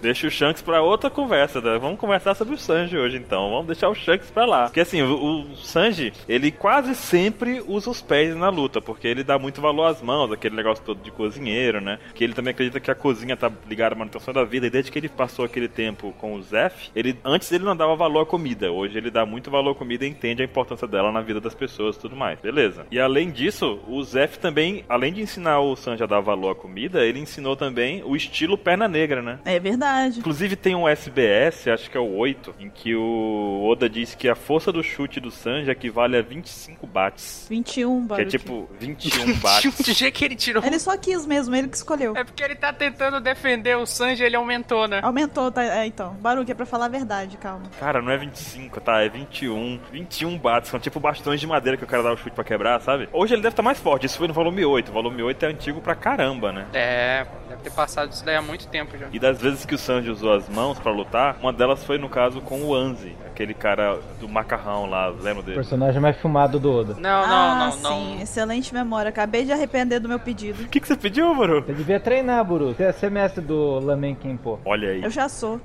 [SPEAKER 2] Deixa o Shanks pra outra conversa, né? Vamos conversar sobre o Sanji hoje, então. Vamos deixar o Shanks pra lá. Porque assim, o, o Sanji, ele quase sempre usa os pés na luta, porque ele dá muito valor às mãos, aquele negócio todo de cozinheiro, né? Que ele também acredita que a cozinha tá ligada à manutenção da vida, e desde que ele passou aquele tempo com o Zef, ele, antes ele não dava valor à comida, hoje ele dá muito valor à comida e entende a importância dela na vida das pessoas e tudo mais. Beleza. E além disso, o Zef também, além de ensinar o Sanji a dar valor à comida, ele ensinou também o estilo perna negra, né?
[SPEAKER 5] É verdade.
[SPEAKER 2] Inclusive tem um SBS, acho que é o 8, em que o Oda diz que a força do chute do Sanji equivale a 25 bates.
[SPEAKER 5] 21,
[SPEAKER 2] Que é
[SPEAKER 5] Baruque.
[SPEAKER 2] tipo 21 bates.
[SPEAKER 1] Do jeito que ele tirou.
[SPEAKER 5] Ele só quis mesmo, ele que escolheu.
[SPEAKER 1] É porque ele tá tentando defender o Sanji, ele aumentou, né?
[SPEAKER 5] Aumentou, tá? É, então. Baruque, é pra falar a verdade, calma.
[SPEAKER 2] Cara, não é 25, tá? É 21. 21 bates. São tipo bastões de madeira que o cara dá o chute pra quebrar, sabe? Hoje ele deve estar mais forte. Isso foi no volume 8. O volume 8 é antigo pra caramba, né?
[SPEAKER 1] É, deve ter passado isso daí há muito tempo já.
[SPEAKER 2] E das vezes que o Sanji usou as mãos pra lutar, uma delas foi no caso com o Anzi, aquele cara do macarrão lá, lembra
[SPEAKER 3] O
[SPEAKER 2] dele?
[SPEAKER 3] personagem mais filmado do Oda.
[SPEAKER 1] Não,
[SPEAKER 5] ah,
[SPEAKER 1] não, não,
[SPEAKER 5] sim,
[SPEAKER 1] não.
[SPEAKER 5] excelente memória. Acabei de arrepender do meu pedido.
[SPEAKER 2] O que, que você pediu, Maru?
[SPEAKER 3] Você devia treinar, Buru. Você é semestre do Lamen Kimpo.
[SPEAKER 2] Olha aí.
[SPEAKER 5] Eu já sou.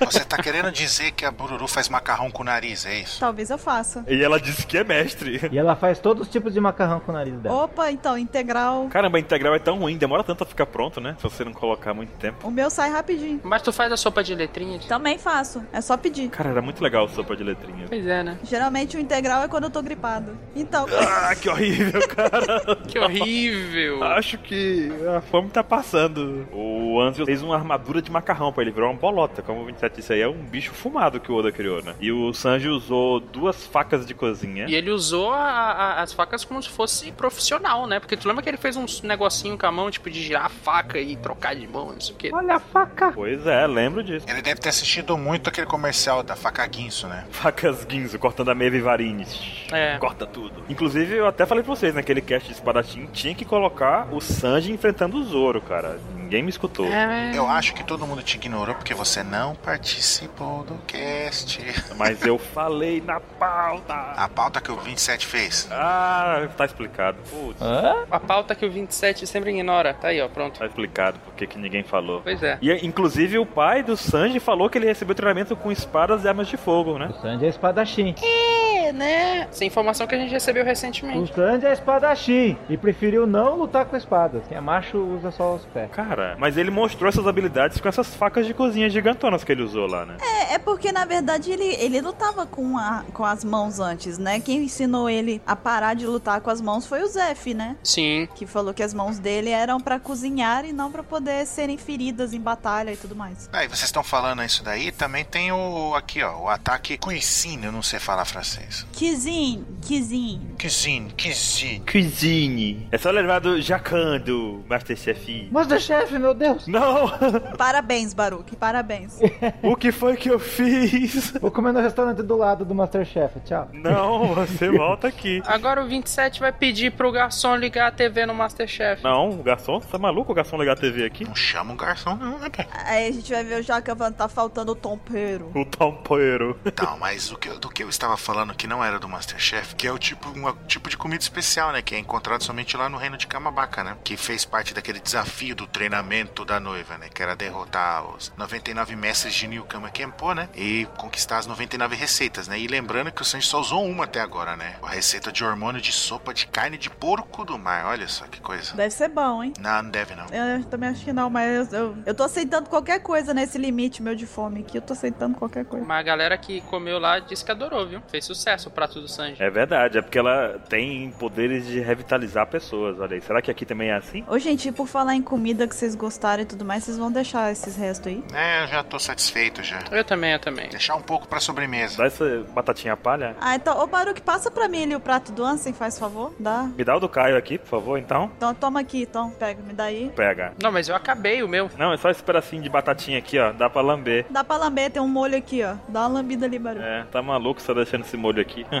[SPEAKER 6] Você tá querendo dizer que a Bururu faz macarrão com o nariz, é isso?
[SPEAKER 5] Talvez eu faça.
[SPEAKER 2] E ela disse que é mestre.
[SPEAKER 3] E ela faz todos os tipos de macarrão com o nariz dela.
[SPEAKER 5] Opa, então, integral.
[SPEAKER 2] Caramba, a integral é tão ruim, demora tanto a ficar pronto, né? Se você não colocar muito tempo.
[SPEAKER 5] O meu sai rapidinho.
[SPEAKER 1] Mas tu faz a sopa de letrinha? de-
[SPEAKER 5] Também faço. É só pedir.
[SPEAKER 2] Cara, era muito legal a sopa de letrinhas.
[SPEAKER 1] Pois é, né?
[SPEAKER 5] Geralmente o integral é quando eu tô gripado. Então,
[SPEAKER 2] Ah, que horrível, cara.
[SPEAKER 1] Que horrível.
[SPEAKER 2] Acho que a fome tá passando. O Anzio fez uma armadura de macarrão pra ele, virou uma bolota. Como o 27 disse aí, é um bicho fumado que o Oda criou, né? E o Sanji usou duas facas de cozinha.
[SPEAKER 1] E ele usou a- a- as facas como se fosse profissional, né? Porque tu lembra que ele fez uns negocinho com a mão, tipo, de girar a faca e trocar de mão, não sei o quê.
[SPEAKER 3] Olha a faca!
[SPEAKER 2] Pois é, lembro disso.
[SPEAKER 6] Ele deve ter assistido muito aquele comercial da faca Guinso, né?
[SPEAKER 2] Facas Guinzo, cortando a meia vivarines.
[SPEAKER 1] É.
[SPEAKER 2] Corta tudo. Inclusive, eu até falei pra vocês naquele cast de espadachim, tinha que colocar o Sanji enfrentando o Zoro, cara. Ninguém me escutou.
[SPEAKER 1] É,
[SPEAKER 6] Eu acho que todo mundo te ignorou porque você não participou do cast.
[SPEAKER 2] Mas eu falei na pauta.
[SPEAKER 6] A pauta que o 27 fez.
[SPEAKER 2] Ah, tá explicado. Putz,
[SPEAKER 3] Hã?
[SPEAKER 1] a pauta que o 27 sempre ignora. Tá aí, ó, pronto.
[SPEAKER 2] tá explicado porque que ninguém falou.
[SPEAKER 1] Pois é.
[SPEAKER 2] E inclusive o pai do Sanji falou que ele recebeu treinamento com espadas e armas de fogo,
[SPEAKER 3] O
[SPEAKER 2] né?
[SPEAKER 3] Sanji é espadachim.
[SPEAKER 7] quê, né?
[SPEAKER 1] Essa é a informação que a gente recebeu
[SPEAKER 3] O
[SPEAKER 1] recentemente.
[SPEAKER 3] Sandy é espadachim e preferiu não lutar com espadas. Quem é macho usa só os pés.
[SPEAKER 2] Cara, mas ele mostrou essas habilidades com essas facas de cozinha gigantonas que ele usou lá, né?
[SPEAKER 5] É, é porque, na verdade, ele, ele lutava com, a, com as mãos antes, né? Quem ensinou ele a parar de lutar com as mãos foi o Zef, né?
[SPEAKER 1] Sim.
[SPEAKER 5] Que falou que as mãos dele eram pra cozinhar e não pra poder serem feridas em batalha e tudo mais.
[SPEAKER 6] Aí vocês estão falando isso daí, também tem o aqui, ó, o ataque cuisine, eu não sei falar francês.
[SPEAKER 5] Kizin, Kizin.
[SPEAKER 6] Cuisine, cuisine.
[SPEAKER 2] Cuisine. É só lembrar do Jacan do Masterchef.
[SPEAKER 3] Mas do chefe, meu Deus!
[SPEAKER 2] Não!
[SPEAKER 5] Parabéns, Baruque, parabéns.
[SPEAKER 2] o que foi que eu fiz?
[SPEAKER 3] Vou comer no restaurante do lado do Masterchef, tchau.
[SPEAKER 2] Não, você volta aqui.
[SPEAKER 1] Agora o 27 vai pedir pro garçom ligar a TV no Masterchef.
[SPEAKER 2] Não, o garçom, tá maluco o garçom ligar a TV aqui?
[SPEAKER 6] Não chama o garçom não, né, rapaz.
[SPEAKER 5] Aí a gente vai ver o Jaca falando, tá faltando o tompeiro.
[SPEAKER 2] O tampoeiro.
[SPEAKER 6] Então, mas o que, eu- do que eu estava falando que não era do Masterchef, que é o tipo, um tipo de comida especial, né? Que é encontrado somente lá no reino de Camabaca, né? Que fez parte daquele desafio do treinamento da noiva, né? Que era derrotar os 99 mestres de New Kama Kenpo, né? E conquistar as 99 receitas, né? E lembrando que o Sanji só usou uma até agora, né? A receita de hormônio de sopa de carne de porco do mar. Olha só que coisa.
[SPEAKER 5] Deve ser bom, hein?
[SPEAKER 6] Não, não deve não.
[SPEAKER 5] Eu também acho que não, mas eu, eu, eu tô aceitando qualquer coisa nesse limite meu de fome aqui. Eu tô aceitando qualquer coisa.
[SPEAKER 1] Mas a galera que comeu lá disse que adorou, viu? Fez sucesso o prato do Sanji.
[SPEAKER 2] É verdade, é porque ela tem poderes de revitalizar pessoas, olha aí. Será que aqui também é assim?
[SPEAKER 5] Ô, gente, e por falar em comida que vocês gostaram e tudo mais, vocês vão deixar esses restos aí?
[SPEAKER 6] É, eu já tô satisfeito já.
[SPEAKER 1] Eu também, eu também.
[SPEAKER 6] Deixar um pouco pra sobremesa.
[SPEAKER 2] Dá essa batatinha palha.
[SPEAKER 5] Ah, então, ô Baruque, passa pra mim ali o prato do Ansem, faz favor. Dá.
[SPEAKER 2] Me dá o do Caio aqui, por favor, então.
[SPEAKER 5] Então, toma aqui, então, pega, me dá aí.
[SPEAKER 2] Pega.
[SPEAKER 1] Não, mas eu acabei o meu.
[SPEAKER 2] Não, é só esse pedacinho de batatinha aqui, ó. Dá pra lamber.
[SPEAKER 5] Dá pra lamber, tem um molho aqui, ó. Dá uma lambida ali, Baruque.
[SPEAKER 2] É, tá maluco só deixando esse molho aqui.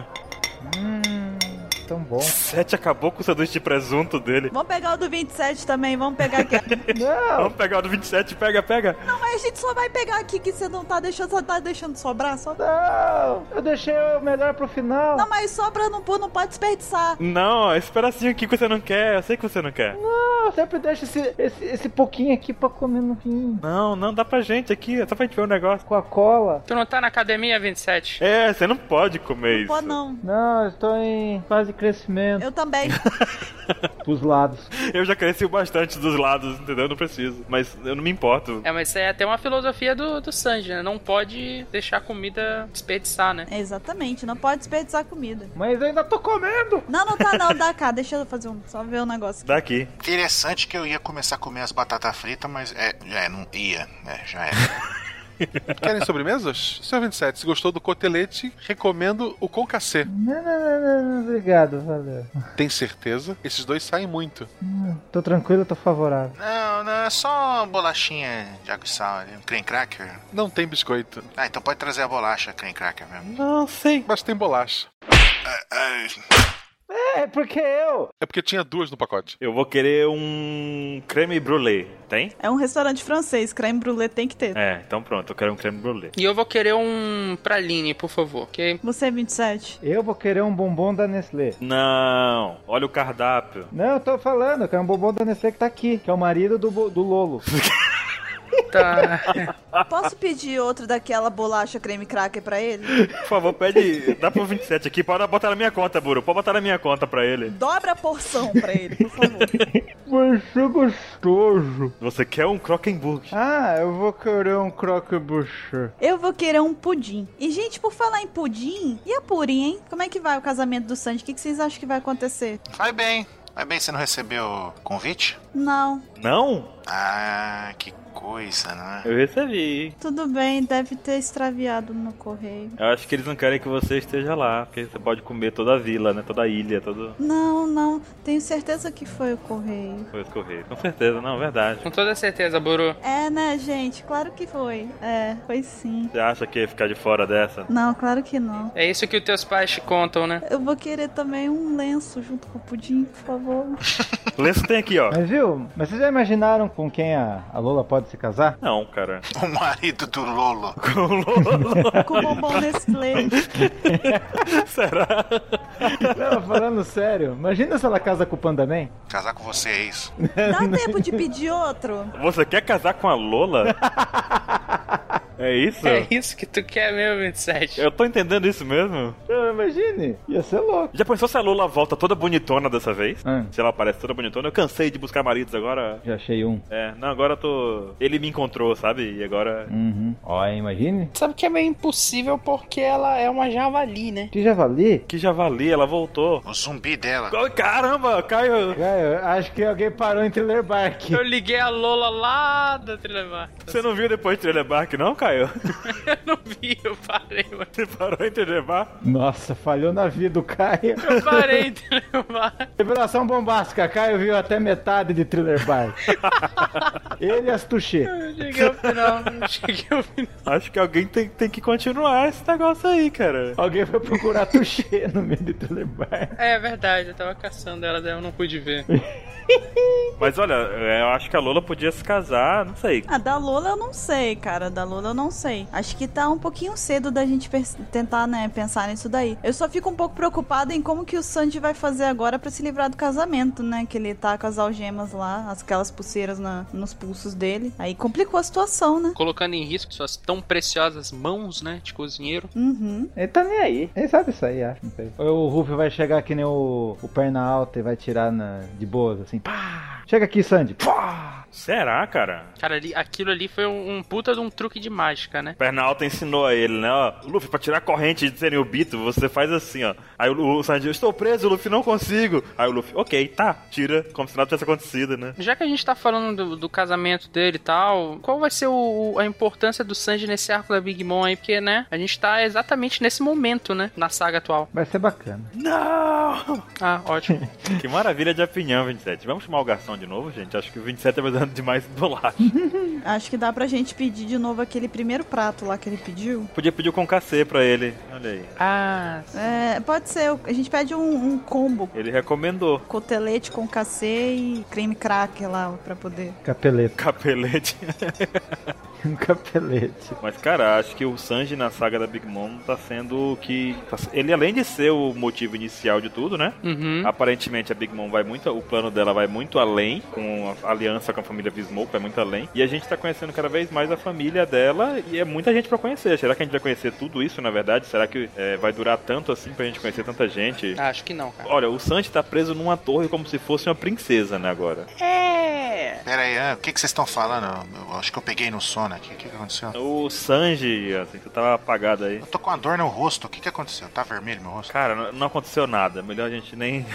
[SPEAKER 3] Hum, tão bom.
[SPEAKER 2] Sete acabou com o sanduíche de presunto dele.
[SPEAKER 5] Vamos pegar o do 27 também, vamos pegar aqui.
[SPEAKER 3] Não!
[SPEAKER 2] Vamos pegar o do 27, pega, pega.
[SPEAKER 5] não, mas a gente só vai pegar aqui que você não tá deixando, só tá deixando sobrar, só dá.
[SPEAKER 3] Não! Ah, Eu deixei o melhor pro final.
[SPEAKER 5] Não, mas sobra não pôr, não pode desperdiçar.
[SPEAKER 2] Não, esse pedacinho aqui que você não quer, eu sei que você não quer.
[SPEAKER 3] Não, eu sempre deixo esse, esse, esse pouquinho aqui pra comer no fim.
[SPEAKER 2] Não, não, dá pra gente aqui, é só pra gente ver um negócio.
[SPEAKER 3] Com a cola.
[SPEAKER 1] Tu não tá na academia, 27?
[SPEAKER 2] É, você não pode comer isso.
[SPEAKER 5] Pô, não.
[SPEAKER 3] Não, eu estou em fase de crescimento.
[SPEAKER 5] Eu também.
[SPEAKER 3] Pros lados.
[SPEAKER 2] Eu já cresci bastante dos lados, entendeu? Não preciso. Mas eu não me importo.
[SPEAKER 1] É, mas isso é até uma filosofia do, do Sanji, né? Não pode deixar a comida desperdiçar, né?
[SPEAKER 5] É, Exatamente, não pode desperdiçar comida.
[SPEAKER 3] Mas eu ainda tô comendo!
[SPEAKER 5] Não, não tá não, dá cá, deixa eu fazer um, só ver o negócio. aqui.
[SPEAKER 2] Daqui.
[SPEAKER 6] Interessante que eu ia começar a comer as batatas fritas, mas é, já é, não ia, né? Já é.
[SPEAKER 4] Querem sobremesas? Senhor 27, se gostou do cotelete, recomendo o concacê.
[SPEAKER 3] Não, não, não, não, não, obrigado, valeu.
[SPEAKER 4] Tem certeza? Esses dois saem muito.
[SPEAKER 3] Tô tranquilo, tô favorável.
[SPEAKER 6] Não, não, é só uma bolachinha de água e sal ali. Um cream cracker.
[SPEAKER 4] Não tem biscoito,
[SPEAKER 6] Ah, então pode trazer a bolacha cream cracker mesmo.
[SPEAKER 2] Não sei.
[SPEAKER 4] mas tem bolacha.
[SPEAKER 6] Ai,
[SPEAKER 3] É, porque eu!
[SPEAKER 4] É porque tinha duas no pacote.
[SPEAKER 2] Eu vou querer um creme brulee. Tem?
[SPEAKER 5] É um restaurante francês, creme brulee tem que ter.
[SPEAKER 2] É, então pronto, eu quero um creme brulee.
[SPEAKER 1] E eu vou querer um praline, por favor, ok?
[SPEAKER 5] Você é 27?
[SPEAKER 3] Eu vou querer um bombom da Nestlé.
[SPEAKER 2] Não, olha o cardápio.
[SPEAKER 3] Não, eu tô falando, eu quero um bombom da Nestlé que tá aqui, que é o marido do, Bo- do Lolo.
[SPEAKER 1] Tá.
[SPEAKER 5] Posso pedir outro daquela bolacha creme cracker pra ele?
[SPEAKER 2] Por favor, pede. Dá pro 27 aqui, pode botar na minha conta, Buru. Pode botar na minha conta pra ele.
[SPEAKER 5] Dobra a porção pra ele, por favor.
[SPEAKER 3] Mas é gostoso!
[SPEAKER 2] Você quer um Croquemburg?
[SPEAKER 3] Ah, eu vou querer um croque boucher.
[SPEAKER 5] Eu vou querer um pudim. E, gente, por falar em pudim, e a purim, hein? Como é que vai o casamento do Sandy? O que que vocês acham que vai acontecer?
[SPEAKER 6] vai bem. Vai bem, você não recebeu o convite?
[SPEAKER 5] Não,
[SPEAKER 2] Não?
[SPEAKER 6] Ah, que coisa, né?
[SPEAKER 2] Eu recebi.
[SPEAKER 5] tudo bem, deve ter extraviado no correio.
[SPEAKER 2] Eu acho que eles não querem que você esteja lá, porque você pode comer toda a vila, né? Toda a ilha, todo
[SPEAKER 5] Não, não, tenho certeza que foi o correio.
[SPEAKER 2] o correio. Com certeza, não, verdade.
[SPEAKER 1] Com toda certeza, Buru.
[SPEAKER 5] É, né, gente? Claro que foi. É, foi sim.
[SPEAKER 2] Você acha que ia ficar de fora dessa?
[SPEAKER 5] Não, claro que não.
[SPEAKER 1] É isso que os teus pais te contam, né?
[SPEAKER 5] Eu vou querer também um lenço junto com o pudim, por favor.
[SPEAKER 2] Lenço tem aqui, ó.
[SPEAKER 3] Mas viu, mas vocês já imaginaram com quem a, a Lola pode se casar?
[SPEAKER 2] Não, cara.
[SPEAKER 6] O marido do Lolo.
[SPEAKER 5] Com o bombom Nestlé.
[SPEAKER 2] Será?
[SPEAKER 3] Não, falando sério, imagina se ela casa com o Pandaman.
[SPEAKER 6] Casar com você é isso.
[SPEAKER 5] Dá tempo de pedir outro?
[SPEAKER 2] Você quer casar com a Lola? É isso?
[SPEAKER 1] É isso que tu quer mesmo, 27.
[SPEAKER 2] Eu tô entendendo isso mesmo?
[SPEAKER 3] Eu imagine, ia ser louco.
[SPEAKER 2] Já pensou se a Lula volta toda bonitona dessa vez?
[SPEAKER 3] Ah,
[SPEAKER 2] Se ela aparece toda bonitona, eu cansei de buscar maridos agora.
[SPEAKER 3] já achei um.
[SPEAKER 2] É, não, agora eu tô. Ele me encontrou, sabe? E agora.
[SPEAKER 3] Uhum. Ó, imagine.
[SPEAKER 1] Sabe que é meio impossível porque ela é uma javali, né?
[SPEAKER 3] Que javali?
[SPEAKER 2] Que javali, ela voltou.
[SPEAKER 6] O zumbi dela.
[SPEAKER 2] Ai, Caramba, Caio,
[SPEAKER 3] Cara, É, eu acho que alguém parou em Thriller Bark.
[SPEAKER 1] Eu liguei a Lola lá da Trilemar.
[SPEAKER 2] você não viu depois de Trailer Bark, não, Caio?
[SPEAKER 1] Eu não vi, eu parei, mano.
[SPEAKER 2] Você parou em Trailer Bark?
[SPEAKER 3] Nossa, falhou na vida do Caio.
[SPEAKER 1] Eu parei, Trilemar.
[SPEAKER 3] Revelação bombástica, Caio viu até metade de Thriller Bark. Ele e as Tuxê.
[SPEAKER 1] Eu cheguei ao final, eu cheguei ao final.
[SPEAKER 2] Acho que alguém tem, tem que continuar esse negócio aí, cara.
[SPEAKER 3] Alguém foi procurar Tuxê no meio de Thriller Bark.
[SPEAKER 1] É, é verdade, eu tava caçando ela, daí eu não pude ver.
[SPEAKER 2] Mas olha, é, eu acho que a Lola podia se casar, não sei.
[SPEAKER 5] A Ah, da Lola eu não sei, cara. A da Lola eu não sei. Acho que tá um pouquinho cedo da gente pers- tentar, né, pensar nisso daí. Eu só fico um pouco preocupada em como que o Sanji vai fazer agora pra se livrar do casamento, né? Que ele tá com as algemas lá, as- aquelas pulseiras na- nos pulsos dele. Aí complicou a situação, né?
[SPEAKER 1] Colocando em risco suas tão preciosas mãos, né, de cozinheiro.
[SPEAKER 5] Uhum.
[SPEAKER 3] Ele tá nem aí. Ele sabe isso aí, acho, não sei. Ou o Ruff vai chegar que nem o, o perna alta e vai tirar na- de boas, assim. Pá! Chega aqui, Sandy. Pá!
[SPEAKER 2] Será, cara?
[SPEAKER 1] Cara, ali, aquilo ali foi um, um puta de um truque de mágica, né?
[SPEAKER 2] Pernalta ensinou a ele, né? Ó, Luffy, pra tirar a corrente de serem o Bito, você faz assim, ó. Aí o, Lu- o Sanji, eu estou preso, Luffy, não consigo. Aí o Luffy, ok, tá, tira, como se nada tivesse acontecido, né?
[SPEAKER 1] Já que a gente tá falando do, do casamento dele e tal, qual vai ser o- o- a importância do Sanji nesse arco da Big Mom aí? Porque, né, a gente tá exatamente nesse momento, né, na saga atual.
[SPEAKER 3] Vai ser bacana.
[SPEAKER 2] Não!
[SPEAKER 1] Ah, ótimo.
[SPEAKER 2] Que maravilha de opinião, 27. Vamos chamar o garçom de novo, gente? Acho que o 27 é mais dando demais bolacha.
[SPEAKER 5] Acho que dá pra gente pedir de novo aquele primeiro prato lá que ele pediu.
[SPEAKER 2] Podia pedir o concacê pra ele. Olha aí.
[SPEAKER 1] ah,
[SPEAKER 5] É, pode ser. A gente pede um, um combo.
[SPEAKER 2] Ele recomendou.
[SPEAKER 5] Cotelete com cacê e creme cracker lá pra poder.
[SPEAKER 3] Um Capelete.
[SPEAKER 2] Capelete.
[SPEAKER 3] Um capelete.
[SPEAKER 2] Mas, cara, acho que o Sanji na saga da Big Mom tá sendo o que. tá- Ele, além de ser o motivo inicial de tudo, né?
[SPEAKER 1] uhum.
[SPEAKER 2] Aparentemente a Big Mom vai muito, o plano dela vai muito além, com a aliança com a família Vismoke, vai muito além. E a gente tá conhecendo cada vez mais a família dela e é muita gente pra conhecer. Será que a gente vai conhecer tudo isso, na verdade? Será que é, vai durar tanto assim pra gente conhecer tanta gente?
[SPEAKER 1] Ah, Acho que não, cara.
[SPEAKER 2] Olha, o Sanji tá preso numa torre como se fosse uma princesa, né, agora.
[SPEAKER 6] Pera aí, ah, o que que vocês estão falando? Eu acho que eu peguei no sono aqui. O que que aconteceu?
[SPEAKER 2] O Sanji, assim, tu tava apagado aí.
[SPEAKER 6] Eu tô com uma dor no rosto. O que que aconteceu? Tá vermelho meu rosto?
[SPEAKER 2] Cara, n- não aconteceu nada. Melhor a gente nem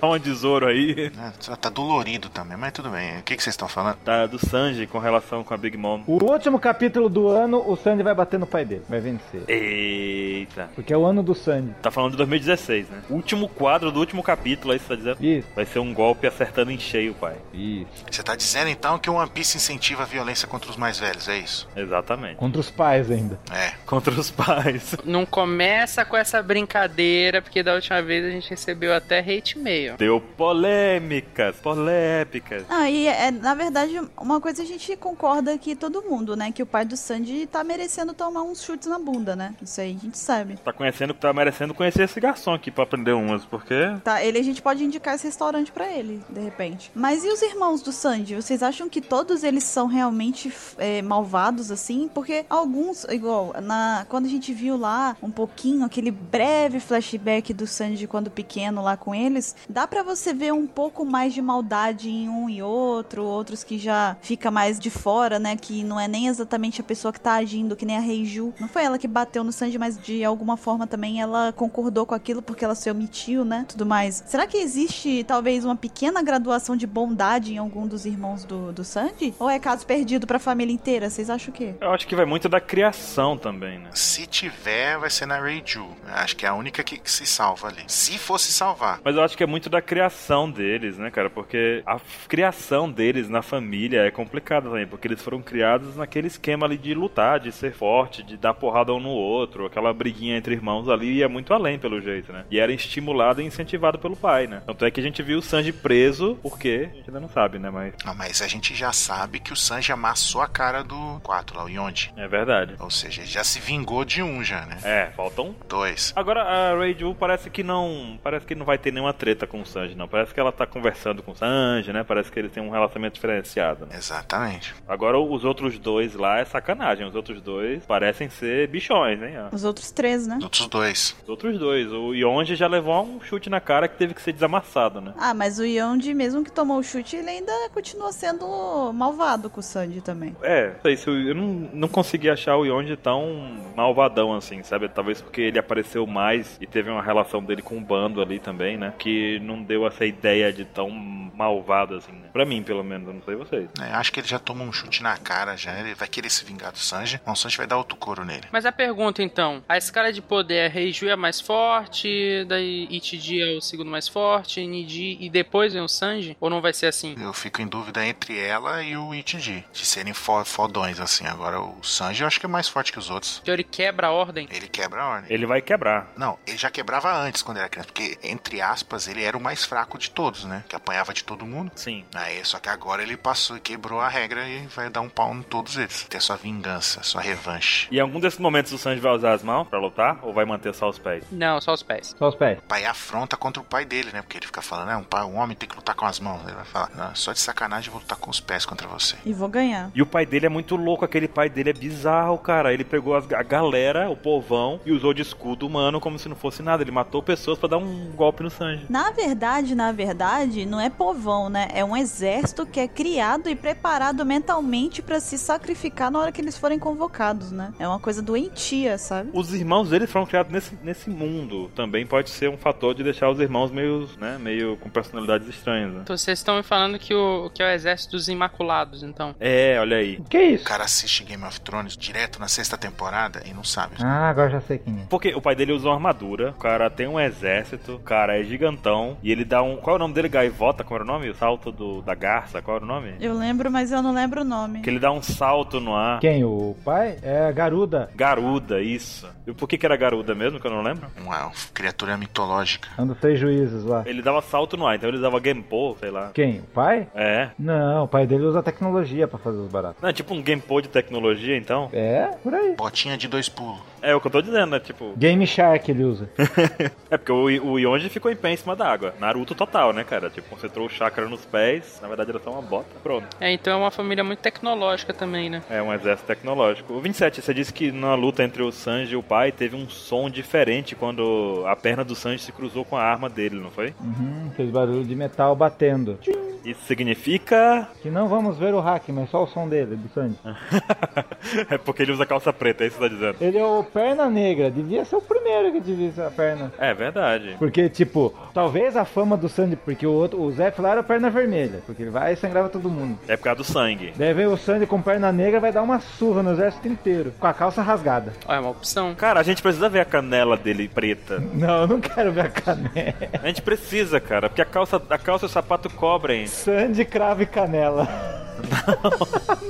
[SPEAKER 2] dar um tesouro aí.
[SPEAKER 6] Ah, só Tá dolorido também, mas tudo bem. O que que vocês estão falando?
[SPEAKER 2] Da, Tá, do Sanji com relação com a Big Mom.
[SPEAKER 3] O último capítulo do ano, o Sandy vai bater no pai dele. Vai vencer.
[SPEAKER 2] Eita.
[SPEAKER 3] Porque é o ano do Sandy.
[SPEAKER 2] Tá falando de 2016, né? Último quadro do último capítulo, aí você tá dizendo?
[SPEAKER 3] Isso.
[SPEAKER 2] Vai ser um golpe acertando em cheio, pai.
[SPEAKER 3] Isso.
[SPEAKER 6] Você tá dizendo então que o One Piece incentiva a violência contra os mais velhos, é isso?
[SPEAKER 2] Exatamente.
[SPEAKER 3] Contra os pais ainda.
[SPEAKER 6] É.
[SPEAKER 2] Contra os pais.
[SPEAKER 1] Não começa com essa brincadeira, porque da última vez a gente recebeu até hate mail.
[SPEAKER 2] Deu polêmicas, polêmicas.
[SPEAKER 5] Ah, e é, na verdade, uma coisa a gente concorda aqui todo mundo, né? Que o pai do Sandy tá merecendo tomar uns chutes na bunda, né? Isso aí a gente sabe.
[SPEAKER 2] Tá conhecendo, tá merecendo conhecer esse garçom aqui pra aprender umas, porque...
[SPEAKER 5] Tá, ele a gente pode indicar esse restaurante pra ele, de repente. Mas e os irmãos do Sandy? Vocês acham que todos eles são realmente f- é, malvados, assim? Porque alguns, igual, na, quando a gente viu lá um pouquinho, aquele breve flashback do Sandy quando pequeno lá com eles, dá pra você ver um pouco mais de maldade em um e outro, outros que já fica mais de fora, né? Que não é nem exatamente a pessoa que tá agindo, que nem a Reiju. Não foi ela que bateu no Sanji, mas de alguma forma também ela concordou com aquilo porque ela se omitiu, né? Tudo mais. Será que existe talvez uma pequena graduação de bondade em algum dos irmãos do, do Sanji? Ou é caso perdido pra família inteira? Vocês acham o quê?
[SPEAKER 2] Eu acho que vai muito da criação também, né?
[SPEAKER 6] Se tiver, vai ser na Reiju. Acho que é a única que, que se salva ali. Se fosse salvar.
[SPEAKER 2] Mas eu acho que é muito da criação deles, né, cara? Porque a f- criação deles na família é complicada também, porque eles foram criados naquele esquema ali de lutar, de ser forte, de dar porrada um no outro, aquela briguinha entre irmãos ali ia muito além, pelo jeito, né? E era estimulado e incentivado pelo pai, né? Tanto é que a gente viu o Sanji preso, por quê? A gente ainda não sabe, né? Mas
[SPEAKER 6] Não, Ah, mas a gente já sabe que o Sanji amassou a cara do 4 lá, o Yonde.
[SPEAKER 2] É verdade.
[SPEAKER 6] Ou seja, ele já se vingou de um já, né?
[SPEAKER 2] É, faltam.
[SPEAKER 6] Dois.
[SPEAKER 2] Agora a Rage parece que não. Parece que não vai ter nenhuma treta com o Sanji, não. Parece que ela tá conversando com o Sanji, né? Parece que eles têm um relacionamento diferenciado. né?
[SPEAKER 6] Exatamente.
[SPEAKER 2] Agora os outros dois lá é sacanagem. Os outros dois parecem ser bichões, hein? ó.
[SPEAKER 5] Os outros três, né?
[SPEAKER 6] Os outros dois.
[SPEAKER 2] Os outros dois. O Yonji já levou um chute na cara que teve que ser desamassado, né?
[SPEAKER 5] Ah, mas o Yondi, mesmo que tomou o chute, ele ainda continua sendo malvado com o Sanji também.
[SPEAKER 2] É, não sei se eu eu não, não consegui achar o Yonji tão malvadão assim, sabe? Talvez porque ele apareceu mais e teve uma relação dele com o bando ali também, né? Que não deu essa ideia de tão malvado assim, né? Pra mim, pelo menos, eu não sei vocês.
[SPEAKER 6] É, acho que ele já tomou um chute na cara já. Ele vai querer se vingar do Sanji. Mas o Sanji vai dar outro couro nele.
[SPEAKER 1] Mas a pergunta então, a escala de poder, Reiju é mais forte, daí Itidi é o segundo mais forte, Nidi e depois vem o Sanji? Ou não vai ser assim?
[SPEAKER 6] Eu fico em dúvida entre ela e o Itidi. De serem fo- fodões, assim. Agora, o Sanji eu acho que é mais forte que os outros.
[SPEAKER 1] Teori quebra a ordem.
[SPEAKER 6] Ele quebra a ordem.
[SPEAKER 2] Ele vai quebrar.
[SPEAKER 6] Não, ele já quebrava antes quando era criança. Porque, entre aspas, ele era o mais fraco de todos, né? Que apanhava de todo mundo.
[SPEAKER 2] Sim.
[SPEAKER 6] Aí, só que agora ele passou e quebrou a regra e vai dar um pau em todos eles. Ter sua vingança, sua revanche.
[SPEAKER 2] E em algum desses momentos o Sanji vai usar as mãos pra lutar ou vai manter só os pés?
[SPEAKER 1] Não, só os pés.
[SPEAKER 3] Só os pés.
[SPEAKER 6] O pai afronta contra o pai dele, né? Porque ele fica falando, é, um, pai, um homem tem que lutar com as mãos. Ele vai falar, não, só de sacanagem eu vou lutar com os pés contra você.
[SPEAKER 5] E vou ganhar.
[SPEAKER 2] E o pai dele é muito louco, aquele pai dele é bizarro, cara. Ele pegou as- a galera, o povão, e usou de escudo humano como se não fosse nada. Ele matou pessoas pra dar um golpe no Sanji.
[SPEAKER 5] Na verdade, na verdade, não é povão, né? É um exército que é criado e preparado mentalmente pra se sacrificar na hora que eles forem convocados, né? É uma coisa doentia, sabe?
[SPEAKER 2] Os irmãos deles foram criados nesse, nesse mundo. Também pode ser um fator de deixar os irmãos meio, né, meio com personalidades estranhas. né?
[SPEAKER 1] Então vocês estão me falando que o que é o exército dos imaculados, então.
[SPEAKER 2] É, olha aí.
[SPEAKER 3] Que
[SPEAKER 6] O
[SPEAKER 3] isso?
[SPEAKER 6] cara assiste Game of Thrones direto na sexta temporada e não sabe.
[SPEAKER 3] Ah, agora já sei quem é.
[SPEAKER 2] Porque o pai dele usa uma armadura, o cara tem um exército, o cara é gigantão, e ele dá um. Qual é o nome dele? Gaivota, como era o nome? O salto do, da garça, qual era o nome?
[SPEAKER 5] Eu lembro, mas eu não lembro o nome.
[SPEAKER 2] Que ele dá um salto no ar.
[SPEAKER 3] Quem? O pai? É a Garuda.
[SPEAKER 2] Garuda, isso. E por que, que era garuda mesmo, que eu não lembro?
[SPEAKER 6] Uma criatura mitológica.
[SPEAKER 3] É um dos três juízes lá.
[SPEAKER 2] Ele dava salto no ar, então ele dava Genpo, sei lá.
[SPEAKER 3] Quem? O pai?
[SPEAKER 2] É.
[SPEAKER 3] Não, o pai dele usa tecnologia pra fazer os baratos.
[SPEAKER 2] Não, é tipo um Genpo de tecnologia, então.
[SPEAKER 3] É, por aí.
[SPEAKER 6] Botinha de dois pulos.
[SPEAKER 2] É o que eu tô dizendo, né? Tipo.
[SPEAKER 3] Game Shark ele usa.
[SPEAKER 2] É porque o, o Yonji ficou em pé em cima da água. Naruto total, né, cara? Tipo, concentrou o chakra nos pés. Na verdade, era só uma bota. Pronto.
[SPEAKER 1] É, então é uma família muito tecnológica também, né?
[SPEAKER 2] É um exército tecnológico. O 27, você disse que na luta entre o Sanji e o pai teve um som diferente quando a perna do Sanji se cruzou com a arma dele, não foi?
[SPEAKER 3] Uhum, fez barulho de metal batendo.
[SPEAKER 2] Isso significa.
[SPEAKER 3] Que não vamos ver o hack, mas só o som dele, do Sandy.
[SPEAKER 2] Ah. é porque ele usa calça preta, é isso que você tá dizendo.
[SPEAKER 3] Ele é o perna negra, devia ser o primeiro que divisa a perna.
[SPEAKER 2] É verdade.
[SPEAKER 3] Porque, tipo, talvez a fama do Sandy, porque o outro, o Zé lá era o perna vermelha, porque ele vai e sangrava todo mundo.
[SPEAKER 2] É por causa do sangue.
[SPEAKER 3] Daí vem o Sandy com perna negra, vai dar uma surra no exército inteiro, com a calça rasgada.
[SPEAKER 1] Ó, é uma opção.
[SPEAKER 2] Cara, a gente precisa ver a canela dele preta.
[SPEAKER 3] Não, eu não quero ver a canela.
[SPEAKER 2] A gente precisa, cara, porque a calça, a calça e o sapato cobrem.
[SPEAKER 3] Sandy, cravo e canela.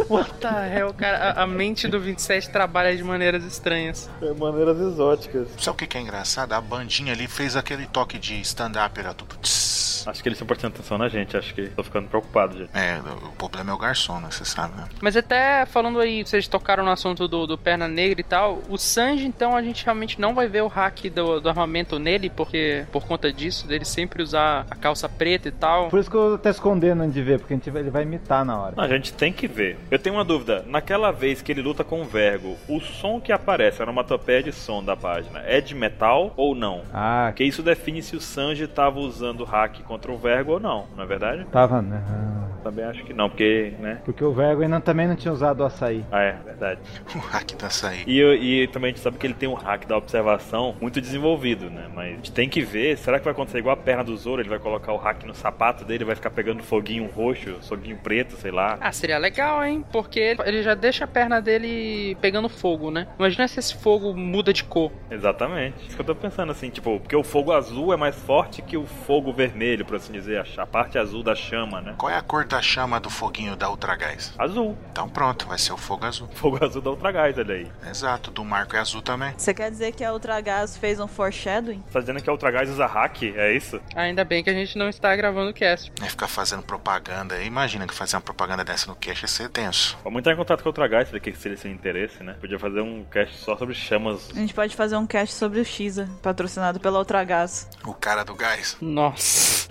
[SPEAKER 1] Puta hell, Tá, é, cara, a, a mente do 27 trabalha de maneiras estranhas.
[SPEAKER 2] maneiras exóticas.
[SPEAKER 6] Sabe o que que é engraçado? A bandinha ali fez aquele toque de stand-up. Era tudo... tss.
[SPEAKER 2] Acho que eles estão prestando atenção na gente, acho que tô ficando preocupado já.
[SPEAKER 6] É, o problema é o garçom, né? Você sabe, né?
[SPEAKER 1] Mas até falando aí, vocês tocaram no assunto do, do Perna Negra e tal, o Sanji, então, a gente realmente não vai ver o hack do, do armamento nele, porque por conta disso, dele sempre usar a calça preta e tal.
[SPEAKER 3] Por isso que eu tô escondendo de ver, porque a gente, vai- ele vai imitar na hora.
[SPEAKER 2] Não, A gente tem que ver. Eu tenho uma dúvida. Naquela vez que ele luta com o Vergo, o som que aparece, a onomatopeia de som da página, é de metal ou não?
[SPEAKER 3] Ah,
[SPEAKER 2] Porque isso define se o Sanji tava usando hack contra o Vergo ou não, não é verdade?
[SPEAKER 3] tava não.
[SPEAKER 2] Também acho que não, porque, né?
[SPEAKER 3] Porque o Vergo ainda também não tinha usado o açaí.
[SPEAKER 2] Ah, é, verdade.
[SPEAKER 6] O hack tá da saída.
[SPEAKER 2] E, eu- e também a gente sabe que ele tem um hack da observação muito desenvolvido, né? Mas a gente tem que ver, será que vai acontecer igual a perna do Zoro? Ele vai colocar o hack no sapato dele, vai ficar pegando foguinho roxo, foguinho preto, sei lá.
[SPEAKER 1] Ah, seria legal, hein? Porque ele, ele já deixa a perna dele pegando fogo, né? Imagina se esse fogo muda de cor.
[SPEAKER 2] Exatamente. Isso que eu tô pensando assim, tipo, porque o fogo azul é mais forte que o fogo vermelho, por assim dizer, a, cha- a parte azul da chama, né?
[SPEAKER 6] Qual é a cor cor da chama do foguinho da Ultragás?
[SPEAKER 2] Azul.
[SPEAKER 6] Então pronto, vai ser o fogo azul.
[SPEAKER 2] Fogo azul da Ultra Gás, olha aí.
[SPEAKER 6] Exato, do Marco é azul também.
[SPEAKER 5] Você quer dizer que a Ultra Gas fez um foreshadowing?
[SPEAKER 2] Tá dizendo que a Ultra Gás usa hack? É isso?
[SPEAKER 1] Ainda bem que a gente não está gravando o cast.
[SPEAKER 6] Aí ficar fazendo propaganda. aí. Imagina que fazer uma propaganda dessa no cash ia ser tenso.
[SPEAKER 2] Vamos entrar em contato com a Ultra Gás, daqui se eles têm interesse, né? Podia fazer um cast só sobre chamas.
[SPEAKER 5] A gente pode fazer um cast sobre o Xisa, patrocinado pela Ultra Gas.
[SPEAKER 6] O cara do gás.
[SPEAKER 1] Nossa.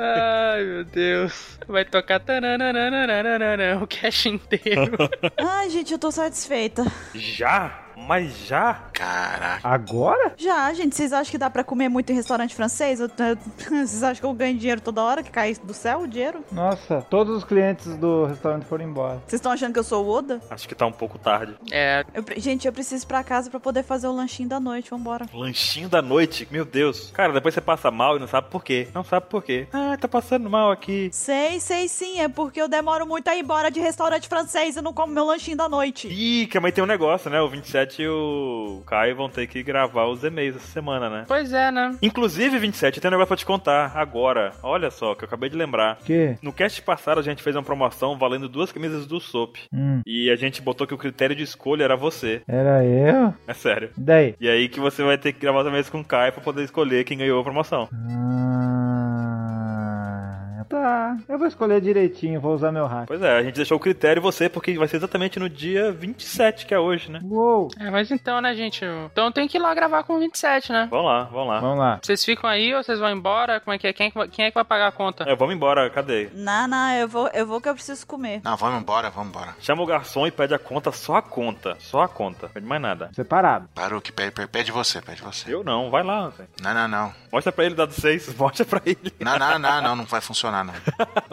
[SPEAKER 1] Ai, meu Deus. Vai tocar tananana o cast inteiro.
[SPEAKER 5] Ai, gente, eu tô satisfeita.
[SPEAKER 2] Já? Mas já?
[SPEAKER 6] Caraca.
[SPEAKER 3] Agora?
[SPEAKER 5] Já, gente, vocês acham que dá pra comer muito em restaurante francês? Eu- eu- vocês acham que eu ganho dinheiro toda hora, que cai do céu o dinheiro?
[SPEAKER 3] Nossa, todos os clientes do restaurante foram embora.
[SPEAKER 5] Vocês estão achando que eu sou o Oda?
[SPEAKER 2] Acho que tá um pouco tarde.
[SPEAKER 1] É,
[SPEAKER 5] Eu pre- gente, eu preciso ir pra casa pra poder fazer o lanchinho da noite, vambora.
[SPEAKER 2] Lanchinho da noite, meu Deus. Cara, depois você passa mal e não sabe por quê. Não sabe por quê. Ah, tá passando mal aqui.
[SPEAKER 5] Sei, sei sim, é porque eu demoro muito a ir embora de restaurante francês e não como meu lanchinho da noite.
[SPEAKER 2] Ih, que amanhã tem um negócio, né? O 27 e o Caio vão ter que gravar os e-mails essa semana, né?
[SPEAKER 1] pois é, né?
[SPEAKER 2] Inclusive, 27, eu tenho um negócio pra te contar agora. Olha só, que eu acabei de lembrar.
[SPEAKER 3] Que?
[SPEAKER 2] No cast passado, a gente fez uma promoção valendo duas camisas do Soap.
[SPEAKER 3] Hum,
[SPEAKER 2] E a gente botou que o critério de escolha era você.
[SPEAKER 3] era eu?
[SPEAKER 2] É sério.
[SPEAKER 3] E daí?
[SPEAKER 2] E aí que você vai ter que gravar também com o Caio pra poder escolher quem ganhou a promoção.
[SPEAKER 3] Ah, tá, eu vou escolher direitinho, vou usar meu hack.
[SPEAKER 2] Pois é, a gente deixou o critério você, porque vai ser exatamente no dia 27, que é hoje, né?
[SPEAKER 3] Uou!
[SPEAKER 1] É, mas então, né, gente? Então tem que ir lá gravar com o 27, né?
[SPEAKER 2] Vamos lá, vamos lá.
[SPEAKER 3] Vamos lá.
[SPEAKER 1] Vocês ficam aí ou vocês vão embora? Como é que é? Quem, é que vai- quem é que vai pagar a conta?
[SPEAKER 2] É, vamos embora, cadê?
[SPEAKER 5] Não, não, eu vou, eu vou que eu preciso comer.
[SPEAKER 6] Não, vamos embora, vamos embora.
[SPEAKER 2] Chama o garçom e pede a conta, só a conta. Só a conta, pede mais nada.
[SPEAKER 3] Separado.
[SPEAKER 6] Parou que pede, pede, pede você, pede você.
[SPEAKER 2] Eu não, vai lá. velho.
[SPEAKER 6] Não, não, não.
[SPEAKER 2] Mostra pra ele dado 6, mostra pra ele.
[SPEAKER 6] Não, não, não, não, não vai funcionar, não.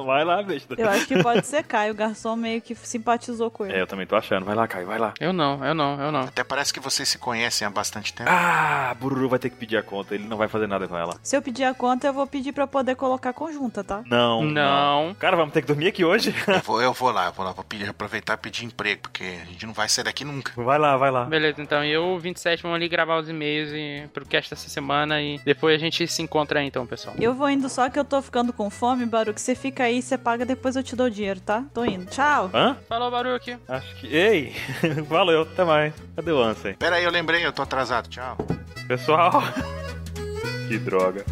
[SPEAKER 2] Vai lá, besta.
[SPEAKER 5] Eu acho que pode ser Caio, o garçom meio que simpatizou com
[SPEAKER 2] É,
[SPEAKER 5] ele.
[SPEAKER 2] eu também tô achando. Vai lá, Caio, vai lá.
[SPEAKER 1] Eu não, eu não, eu não.
[SPEAKER 6] Até parece que vocês se conhecem há bastante tempo.
[SPEAKER 2] Ah, Bururu vai ter que pedir a conta, ele não vai fazer nada com ela.
[SPEAKER 5] Se eu pedir a conta, eu vou pedir pra poder colocar conjunta, tá?
[SPEAKER 2] Não,
[SPEAKER 1] Não.
[SPEAKER 2] Cara, vamos ter que dormir aqui hoje?
[SPEAKER 6] Eu vou, eu vou lá, eu vou lá, vou pedir, aproveitar e pedir emprego, porque a gente não vai sair daqui nunca.
[SPEAKER 2] vai lá, vai lá.
[SPEAKER 1] Beleza, então eu, 27, vamos ali gravar os e-mails e, pro cast dessa semana e depois a gente se encontra aí, então, pessoal.
[SPEAKER 5] Eu vou indo só que eu tô ficando com fome, Baruque. Você fica aí, você paga, depois eu te dou o dinheiro, tá? Tô indo. Tchau!
[SPEAKER 2] Hã?
[SPEAKER 1] Falou, Baruque.
[SPEAKER 2] Acho que. Ei! Valeu, até mais. Cadê o Ansem?
[SPEAKER 6] Pera aí, eu lembrei, eu tô atrasado, tchau.
[SPEAKER 2] Pessoal, que droga.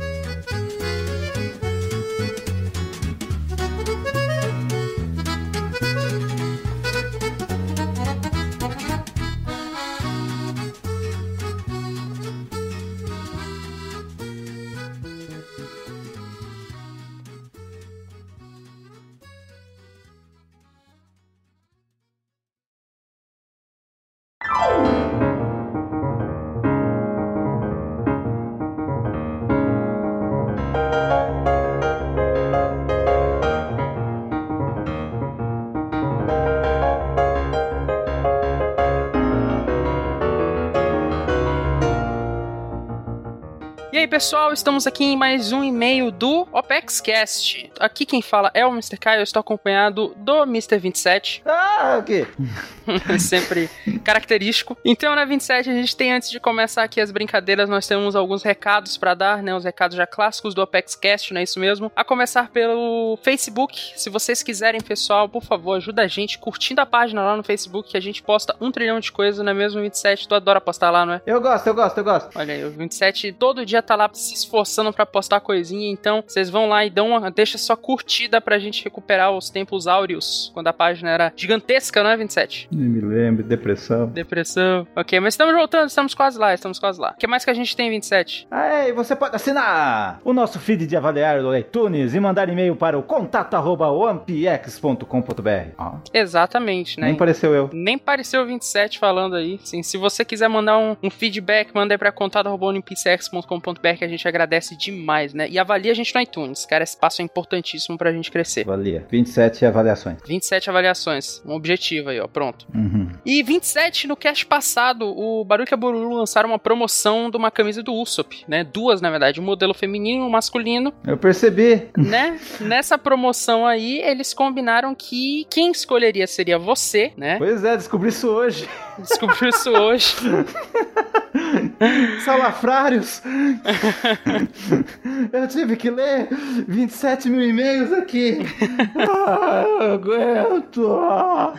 [SPEAKER 1] E aí, pessoal, estamos aqui em mais um e-mail do OpexCast. Aqui quem fala é o Mr. Kai, eu estou acompanhado do Mr. 27.
[SPEAKER 3] Ah, o quê?
[SPEAKER 1] sempre característico. Então, na 27, a gente tem, antes de começar aqui as brincadeiras, nós temos alguns recados pra dar, né? Os recados já clássicos do Apex Cast, não é isso mesmo? A começar pelo Facebook. Se vocês quiserem, pessoal, por favor, ajuda a gente curtindo a página lá no Facebook, que a gente posta um trilhão de coisas, não é mesmo, 27? Tu adora postar lá, não é?
[SPEAKER 3] Eu gosto, eu gosto, eu gosto.
[SPEAKER 1] Olha aí, o 27 todo dia tá lá se esforçando pra postar coisinha, então vocês vão lá e dão uma, deixa sua curtida pra gente recuperar os tempos áureos, quando a página era gigantesca, não é 27?
[SPEAKER 3] Nem me lembro, depressão.
[SPEAKER 1] Depressão. Ok, mas estamos voltando, estamos quase lá, estamos quase lá. O que mais que a gente tem, 27?
[SPEAKER 3] Aí, você pode assinar o nosso feed de avaliar do iTunes e mandar e-mail para o contato.ampx.com.br. Ó,
[SPEAKER 1] Exatamente, né?
[SPEAKER 3] nem pareceu eu.
[SPEAKER 1] Nem pareceu o 27 falando aí. Sim, se você quiser mandar um, um feedback, manda aí pra contato.olimpicx.com.br que a gente agradece demais, né? E avalia a gente no iTunes, cara. Esse passo é importantíssimo pra gente crescer.
[SPEAKER 3] Avalia. 27 avaliações.
[SPEAKER 1] 27 avaliações, um objetivo aí, ó, pronto.
[SPEAKER 3] Uhum.
[SPEAKER 1] E 27, no cast passado, o Baruch e a Bururu lançaram uma promoção de uma camisa do Usopp, né? Duas, na verdade, um modelo feminino e um masculino.
[SPEAKER 3] Eu percebi.
[SPEAKER 1] né? Nessa promoção aí, eles combinaram que quem escolheria seria você, né?
[SPEAKER 3] Pois é, descobri isso hoje.
[SPEAKER 1] Descobriu isso hoje.
[SPEAKER 3] Salafrários. Eu tive que ler 27 mil e-mails aqui. Ah, eu aguento. Ah.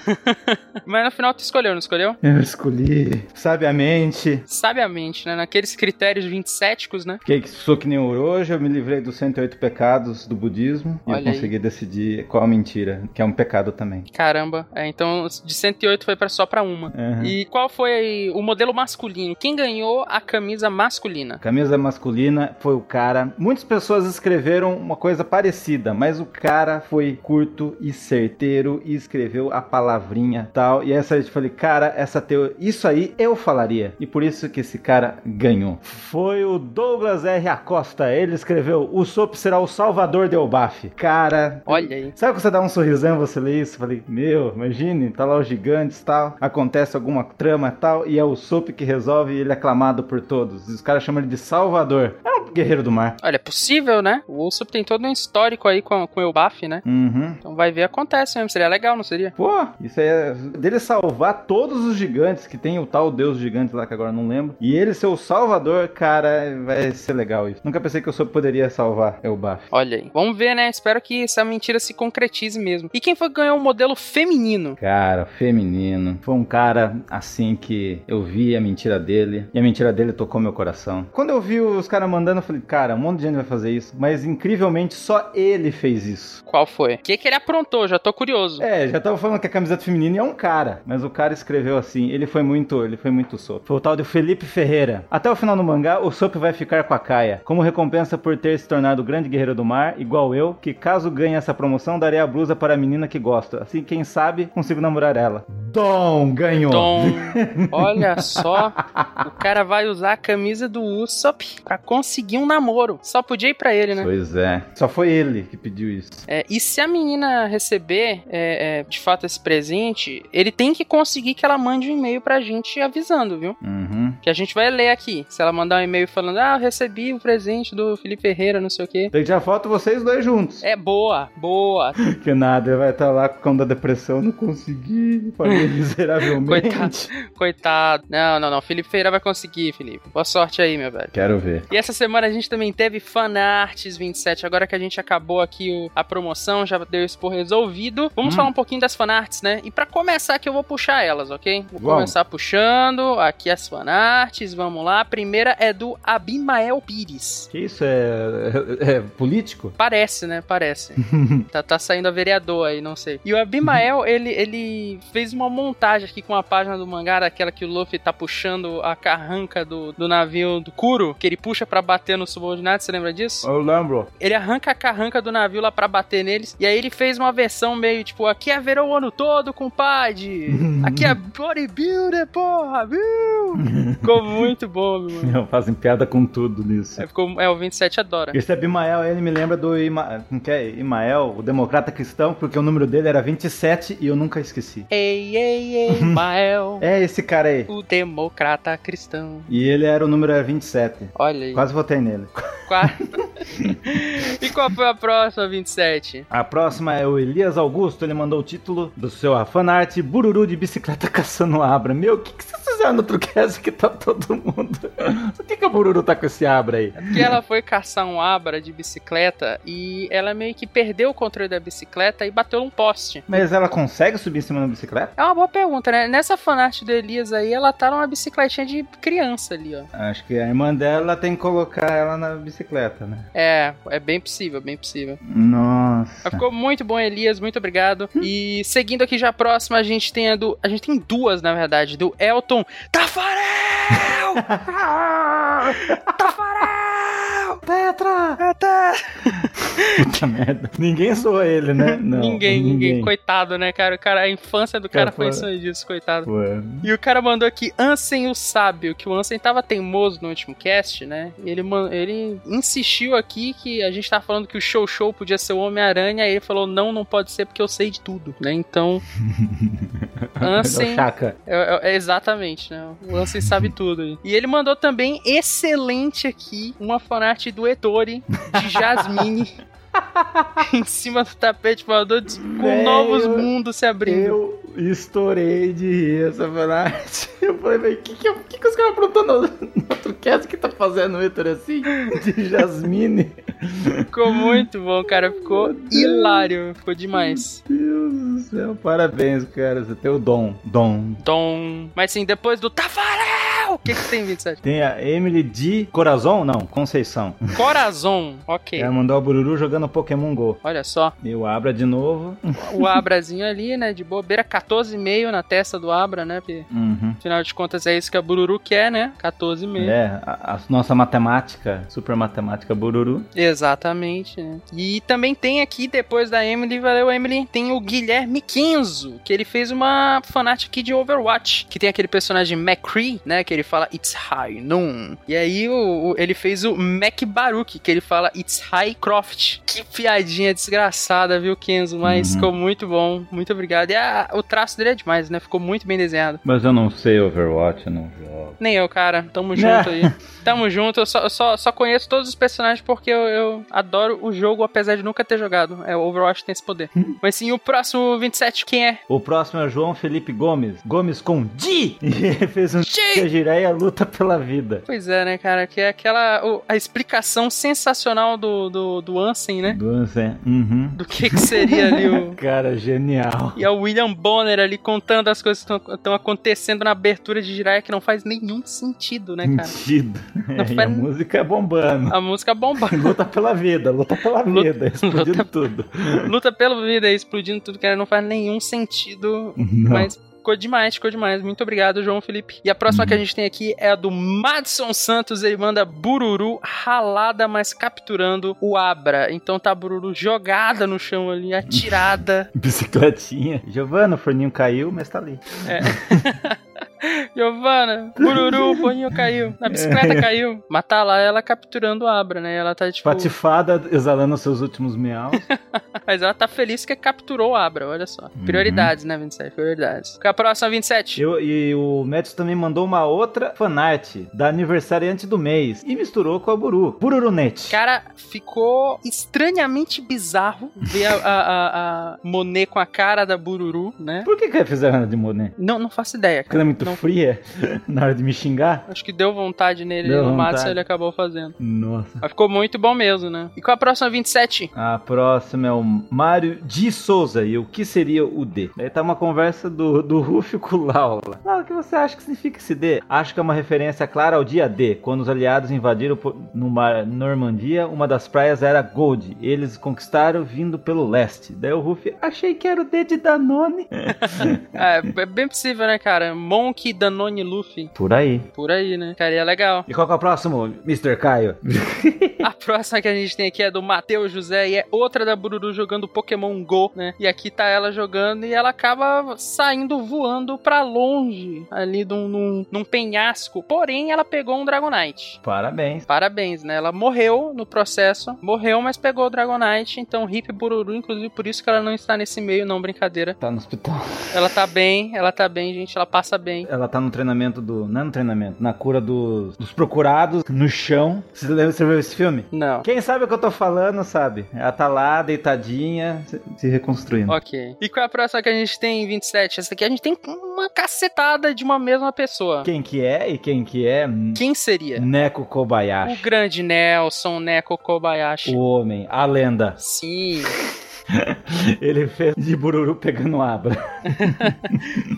[SPEAKER 1] Mas no final tu escolheu, não escolheu?
[SPEAKER 3] Eu escolhi sabiamente.
[SPEAKER 1] Sabiamente, né? Naquéis critérios 27 né?
[SPEAKER 3] Fiquei que sou que nem o Orojo, eu me livrei dos 108 pecados do budismo e
[SPEAKER 1] Olha
[SPEAKER 3] eu
[SPEAKER 1] aí.
[SPEAKER 3] consegui decidir qual a mentira, que é um pecado também.
[SPEAKER 1] Caramba. É, então de 108 foi pra, só pra uma.
[SPEAKER 3] Uhum.
[SPEAKER 1] E qual foi o modelo masculino? Quem ganhou a camisa masculina?
[SPEAKER 3] Camisa masculina foi o cara. Muitas pessoas escreveram uma coisa parecida, mas o cara foi curto e certeiro e escreveu a palavrinha tal. E essa eu falei, cara, essa teu, isso aí eu falaria. E por isso que esse cara ganhou. Foi o Douglas R. Acosta. Ele escreveu: "O Sop será o salvador de Elbaf". Cara,
[SPEAKER 1] Olha aí.
[SPEAKER 3] Sabe quando você dá um sorrisão, você lê isso? Falei, meu, imagine, tá lá os gigantes tal, acontece alguma trama tal, e é o Sop que resolve e ele é aclamado por todos. E os caras chamam ele de Salvador. É o guerreiro do mar.
[SPEAKER 1] Olha, é possível, né? O Usopp tem todo um histórico aí com, com o Elbaf, né?
[SPEAKER 3] Uhum.
[SPEAKER 1] Então vai ver, acontece mesmo. Seria legal, não seria?
[SPEAKER 3] Pô, isso aí é dele salvar todos os gigantes que tem o tal deus gigante lá que agora eu não lembro. E ele ser o salvador, cara, vai ser legal isso. Nunca pensei que o Sop poderia salvar é Elbaf.
[SPEAKER 1] Olha aí. Vamos ver, né? Espero que essa mentira se concretize mesmo. E quem foi que ganhou o modelo feminino?
[SPEAKER 3] Cara, feminino. Foi um cara assim que eu vi a mentira dele. E a mentira dele tocou meu coração. Quando eu vi os caras mandando, eu falei, cara, um monte de gente vai fazer isso. Mas incrivelmente só ele fez isso.
[SPEAKER 1] Qual foi? O que, que ele aprontou? Já tô curioso.
[SPEAKER 3] É, já tava falando que a camiseta feminina é um cara. Mas o cara escreveu assim, ele foi muito, ele foi muito sopo. Foi o tal de Felipe Ferreira. Até o final do mangá, o Sop vai ficar com a Kaia. Como recompensa por ter se tornado o grande guerreiro do mar, igual eu, que caso ganhe essa promoção, darei a blusa para a menina que gosta. Assim, quem sabe, consigo namorar ela. Dom ganhou.
[SPEAKER 1] Tom, olha só, o cara vai usar a camisa do Usopp pra conseguir um namoro. Só podia ir pra ele, né?
[SPEAKER 3] Pois é. Só foi ele que pediu isso.
[SPEAKER 1] É, e se a menina receber, é, é, de fato, esse presente, ele tem que conseguir que ela mande um e-mail pra gente avisando, viu?
[SPEAKER 3] Uhum.
[SPEAKER 1] Que a gente vai ler aqui. Se ela mandar um e-mail falando, ah, eu recebi o presente do Felipe Ferreira, não sei o quê.
[SPEAKER 3] Tem que tirar foto vocês dois juntos.
[SPEAKER 1] É boa, boa.
[SPEAKER 3] Que nada, ele vai estar lá com da depressão, não consegui, falei miseravelmente.
[SPEAKER 1] Coitado. Coitado. Não, não, não. Felipe Ferreira vai conseguir, Felipe. Boa sorte aí, meu velho.
[SPEAKER 3] Quero ver.
[SPEAKER 1] E essa semana a gente também teve Fanarts 27. Agora que a gente acabou aqui o- a promoção, já deu isso por resolvido. Vamos
[SPEAKER 3] Hum.
[SPEAKER 1] falar um pouquinho das fanarts, né? E pra começar que eu vou puxar elas, ok? Vou
[SPEAKER 3] Vamos.
[SPEAKER 1] começar puxando aqui as fanarts. Vamos lá. A primeira é do Abimael Pires.
[SPEAKER 3] Que isso é, é- é político?
[SPEAKER 1] Parece, né? Parece. tá, tá saindo a vereador aí, não sei. E o Abimael, ele, ele fez uma montagem aqui com a página do mangá, daquela que o Luffy tá puxando a carranca do, do navio do Kuro, que ele puxa pra bater no subordinado, você lembra disso?
[SPEAKER 3] Eu lembro.
[SPEAKER 1] Ele arranca a carranca do navio lá pra bater neles. E aí ele fez uma versão meio tipo: aqui é verão o ano todo, compadre. Aqui é bodybuilder, porra, viu? Ficou muito bom, meu mano.
[SPEAKER 3] Fazem piada com tudo nisso.
[SPEAKER 1] É, ficou, é, o 27 adora.
[SPEAKER 3] Esse Abimael, ele me lembra do Ima... como que é? Imael, o democrata cristão, porque o número dele era 27 e eu nunca esqueci.
[SPEAKER 1] Ei, ei, ei, Mael,
[SPEAKER 3] É esse cara aí.
[SPEAKER 1] o democrata cristão.
[SPEAKER 3] E ele era o número era 27.
[SPEAKER 1] Olha aí.
[SPEAKER 3] Quase votei nele.
[SPEAKER 1] Quatro. e qual foi a próxima, 27?
[SPEAKER 3] A próxima é o Elias Augusto, ele mandou o título do seu fanart, Bururu de bicicleta caçando abra. Meu, o que, que vocês fizeram no truquese que tá todo mundo? Por que, que o Bururu tá com esse abra aí?
[SPEAKER 1] Que ela foi caçar um abra de bicicleta e ela meio que perdeu o controle da bicicleta e bateu num poste.
[SPEAKER 3] Mas ela consegue subir em cima da bicicleta?
[SPEAKER 1] É uma boa pergunta, né? Nessa fanart do Elias aí, ela tá numa bicicletinha de criança ali, ó.
[SPEAKER 3] Acho que a irmã dela tem que colocar ela na bicicleta, né?
[SPEAKER 1] É, é bem possível, bem possível.
[SPEAKER 3] Nossa.
[SPEAKER 1] Mas ficou muito bom, Elias, muito obrigado. E seguindo aqui já a próxima, a gente tem a do. A gente tem duas, na verdade, do Elton Tafarel! Tafarel!
[SPEAKER 3] Petra!
[SPEAKER 1] Até!
[SPEAKER 3] Puta merda. Ninguém zoa ele, né? Não,
[SPEAKER 1] ninguém, ninguém, Coitado, né, cara? O cara, a infância do cara
[SPEAKER 3] Cara,
[SPEAKER 1] foi
[SPEAKER 3] foi-
[SPEAKER 1] isso aí disso, coitado.
[SPEAKER 3] Pô,
[SPEAKER 1] E o cara mandou aqui Ansem o Sábio, que o Ansem tava teimoso no último cast, né? E ele, man- ele insistiu aqui que a gente tava falando que o Show Show podia ser o Homem-Aranha, e ele falou: não, não pode ser porque eu sei de tudo, né? Então. Tá
[SPEAKER 3] é o
[SPEAKER 1] Ansem.
[SPEAKER 3] Chaka.
[SPEAKER 1] é- é- é exatamente, né? O Ansem sabe tudo. aí. E ele mandou também, excelente aqui, uma fanart do Ettore, de Jasmine. em cima do tapete voador, de- com
[SPEAKER 3] Velho,
[SPEAKER 1] novos mundos se abrindo.
[SPEAKER 3] Eu estourei de rir essa fanart. Eu falei, velho, o que, que, eu- que, que os caras aprontam no, no outro cast que tá fazendo hétero assim? De Jasmine.
[SPEAKER 1] Ficou muito bom, cara. Ficou hilário. Ficou demais.
[SPEAKER 3] Meu Deus do céu, parabéns, cara. Você tem o dom. Dom.
[SPEAKER 1] Então. Mas sim, depois do Tafarel! O que, que tem, 27?
[SPEAKER 3] Tem a Emily de Corazon? Não, Conceição.
[SPEAKER 1] Corazon. Ok.
[SPEAKER 3] Ela mandou a Bururu jogando Pokémon GO.
[SPEAKER 1] Olha só.
[SPEAKER 3] Eu abra de novo.
[SPEAKER 1] O Abrazinho ali, né? De bobeira, 14,5 na testa do Abra, né? Porque,
[SPEAKER 3] Uhum.
[SPEAKER 1] afinal de contas, é isso que a Bururu quer, né? 14,5.
[SPEAKER 3] É, a, a nossa matemática, super matemática Bururu.
[SPEAKER 1] Exatamente, né? E também tem aqui, depois da Emily, valeu Emily, tem o Guilherme Quinzo, que ele fez uma fanart aqui de Overwatch, que tem aquele personagem McCree, né, que ele fala It's High Noon. E aí o, o- ele fez o Mac Baruch, que ele fala It's High Croft. Que piadinha desgraçada, viu, Quinzo? Mas
[SPEAKER 3] Uhum.
[SPEAKER 1] ficou muito bom, muito obrigado. E a- o traço dele é demais, né? Ficou muito bem desenhado.
[SPEAKER 3] Mas eu não sei Overwatch, eu não jogo.
[SPEAKER 1] Nem eu, cara. Tamo
[SPEAKER 3] Né?
[SPEAKER 1] junto aí. Tamo junto. Eu só, eu só, só conheço todos os personagens porque eu, eu adoro o jogo, apesar de nunca ter jogado. É, o Overwatch tem esse poder.
[SPEAKER 3] Hum.
[SPEAKER 1] Mas sim, o próximo 27, quem é?
[SPEAKER 3] O próximo é o João Felipe Gomes. Gomes com D! E ele fez um
[SPEAKER 1] G!
[SPEAKER 3] que Jiraiya luta pela vida.
[SPEAKER 1] Pois é, né, cara? Que é aquela. o- a explicação sensacional do, do, do Ansem, né?
[SPEAKER 3] Do Ansem. Uhum.
[SPEAKER 1] Do que, que seria ali o.
[SPEAKER 3] Cara, genial.
[SPEAKER 1] E é o William Bonner ali contando as coisas que estão acontecendo na abertura de Jiraiya que não faz nenhum sentido, né,
[SPEAKER 3] Hum.
[SPEAKER 1] cara?
[SPEAKER 3] Sentido.
[SPEAKER 1] Não
[SPEAKER 3] É, e a
[SPEAKER 1] faz-
[SPEAKER 3] música bombando.
[SPEAKER 1] A música bomba.
[SPEAKER 3] Luta pela vida, luta pela
[SPEAKER 1] Luta-
[SPEAKER 3] vida, explodindo tudo.
[SPEAKER 1] Luta pela vida aí, explodindo tudo, cara. Não faz nenhum sentido
[SPEAKER 3] Não.
[SPEAKER 1] Mas ficou demais, ficou demais. Muito obrigado, João Felipe. E a próxima
[SPEAKER 3] Uhum.
[SPEAKER 1] que a gente tem aqui é a do Madison Santos. Ele manda Bururu ralada, mas capturando o Abra. Então tá a Bururu jogada no chão ali, atirada.
[SPEAKER 3] Bicicletinha. Giovana, o forninho caiu, mas tá ali.
[SPEAKER 1] Giovana, Bururu, o boninho caiu.
[SPEAKER 3] É.
[SPEAKER 1] A bicicleta caiu. Mas tá lá ela capturando o Abra, né? Ela tá tipo.
[SPEAKER 3] Patifada exalando seus últimos miaus.
[SPEAKER 1] Mas ela tá feliz que capturou o Abra, olha só.
[SPEAKER 3] Uhum.
[SPEAKER 1] Prioridades, né, 27? Prioridades. A próxima, 27.
[SPEAKER 3] Eu- e o Métis também mandou uma outra fanart da aniversariante do mês e misturou com a Buru. Bururunete.
[SPEAKER 1] Cara, ficou estranhamente bizarro ver a, a, a- a Monet com a cara da Bururu, né?
[SPEAKER 3] Por que, que fizeram ela de Monet?
[SPEAKER 1] Não, não faço ideia,
[SPEAKER 3] Porque ela
[SPEAKER 1] cara.
[SPEAKER 3] é muito
[SPEAKER 1] Não.
[SPEAKER 3] fria na hora de me xingar?
[SPEAKER 1] Acho que deu vontade nele
[SPEAKER 3] Deu
[SPEAKER 1] no Matos
[SPEAKER 3] vontade.
[SPEAKER 1] ele acabou fazendo.
[SPEAKER 3] Nossa.
[SPEAKER 1] Mas ficou muito bom mesmo, né? E com a próxima 27?
[SPEAKER 3] A próxima é o Mário de Souza. E o que seria o D? Daí tá uma conversa do, do Rufio com o Laula. Laula, o que você acha que significa esse D? Acho que é uma referência clara ao dia D, quando os aliados invadiram po- no mar Normandia, uma das praias era Gold. Eles conquistaram vindo pelo leste. Daí o Rufio, achei que era o D de Danone.
[SPEAKER 1] É, é bem possível, né, cara? Monkey, Danone, Luffy.
[SPEAKER 3] Por aí.
[SPEAKER 1] Por aí, né? Cara, e é legal.
[SPEAKER 3] E qual que é o próximo, Mr. Caio?
[SPEAKER 1] A próxima que a gente tem aqui é do Matheus José e é outra da Bururu jogando Pokémon Go, né? E aqui tá ela jogando e ela acaba saindo voando pra longe ali num, num, num penhasco. Porém, ela pegou um Dragonite.
[SPEAKER 3] Parabéns.
[SPEAKER 1] Parabéns, né? Ela morreu no processo, morreu, mas pegou o Dragonite. Então, hip Bururu, inclusive por isso que ela não está nesse meio, não, brincadeira.
[SPEAKER 3] Tá no hospital.
[SPEAKER 1] Ela tá bem, ela tá bem, gente, ela passa bem.
[SPEAKER 3] Ela tá no treinamento do. Não é no treinamento, na cura dos, dos procurados, no chão. Você, lembra, você viu esse filme?
[SPEAKER 1] Não.
[SPEAKER 3] Quem sabe o que eu tô falando, sabe? Ela tá lá, deitadinha, se- se reconstruindo.
[SPEAKER 1] Ok. E qual é a próxima que a gente tem em 27? Essa aqui a gente tem uma cacetada de uma mesma pessoa.
[SPEAKER 3] Quem que é e quem que é? Hum,
[SPEAKER 1] Quem seria?
[SPEAKER 3] Neko
[SPEAKER 1] O
[SPEAKER 3] Kobayashi.
[SPEAKER 1] grande Nelson Neko
[SPEAKER 3] O,
[SPEAKER 1] Kobayashi.
[SPEAKER 3] homem, a lenda.
[SPEAKER 1] Sim,
[SPEAKER 3] Ele fez de bururu pegando abra.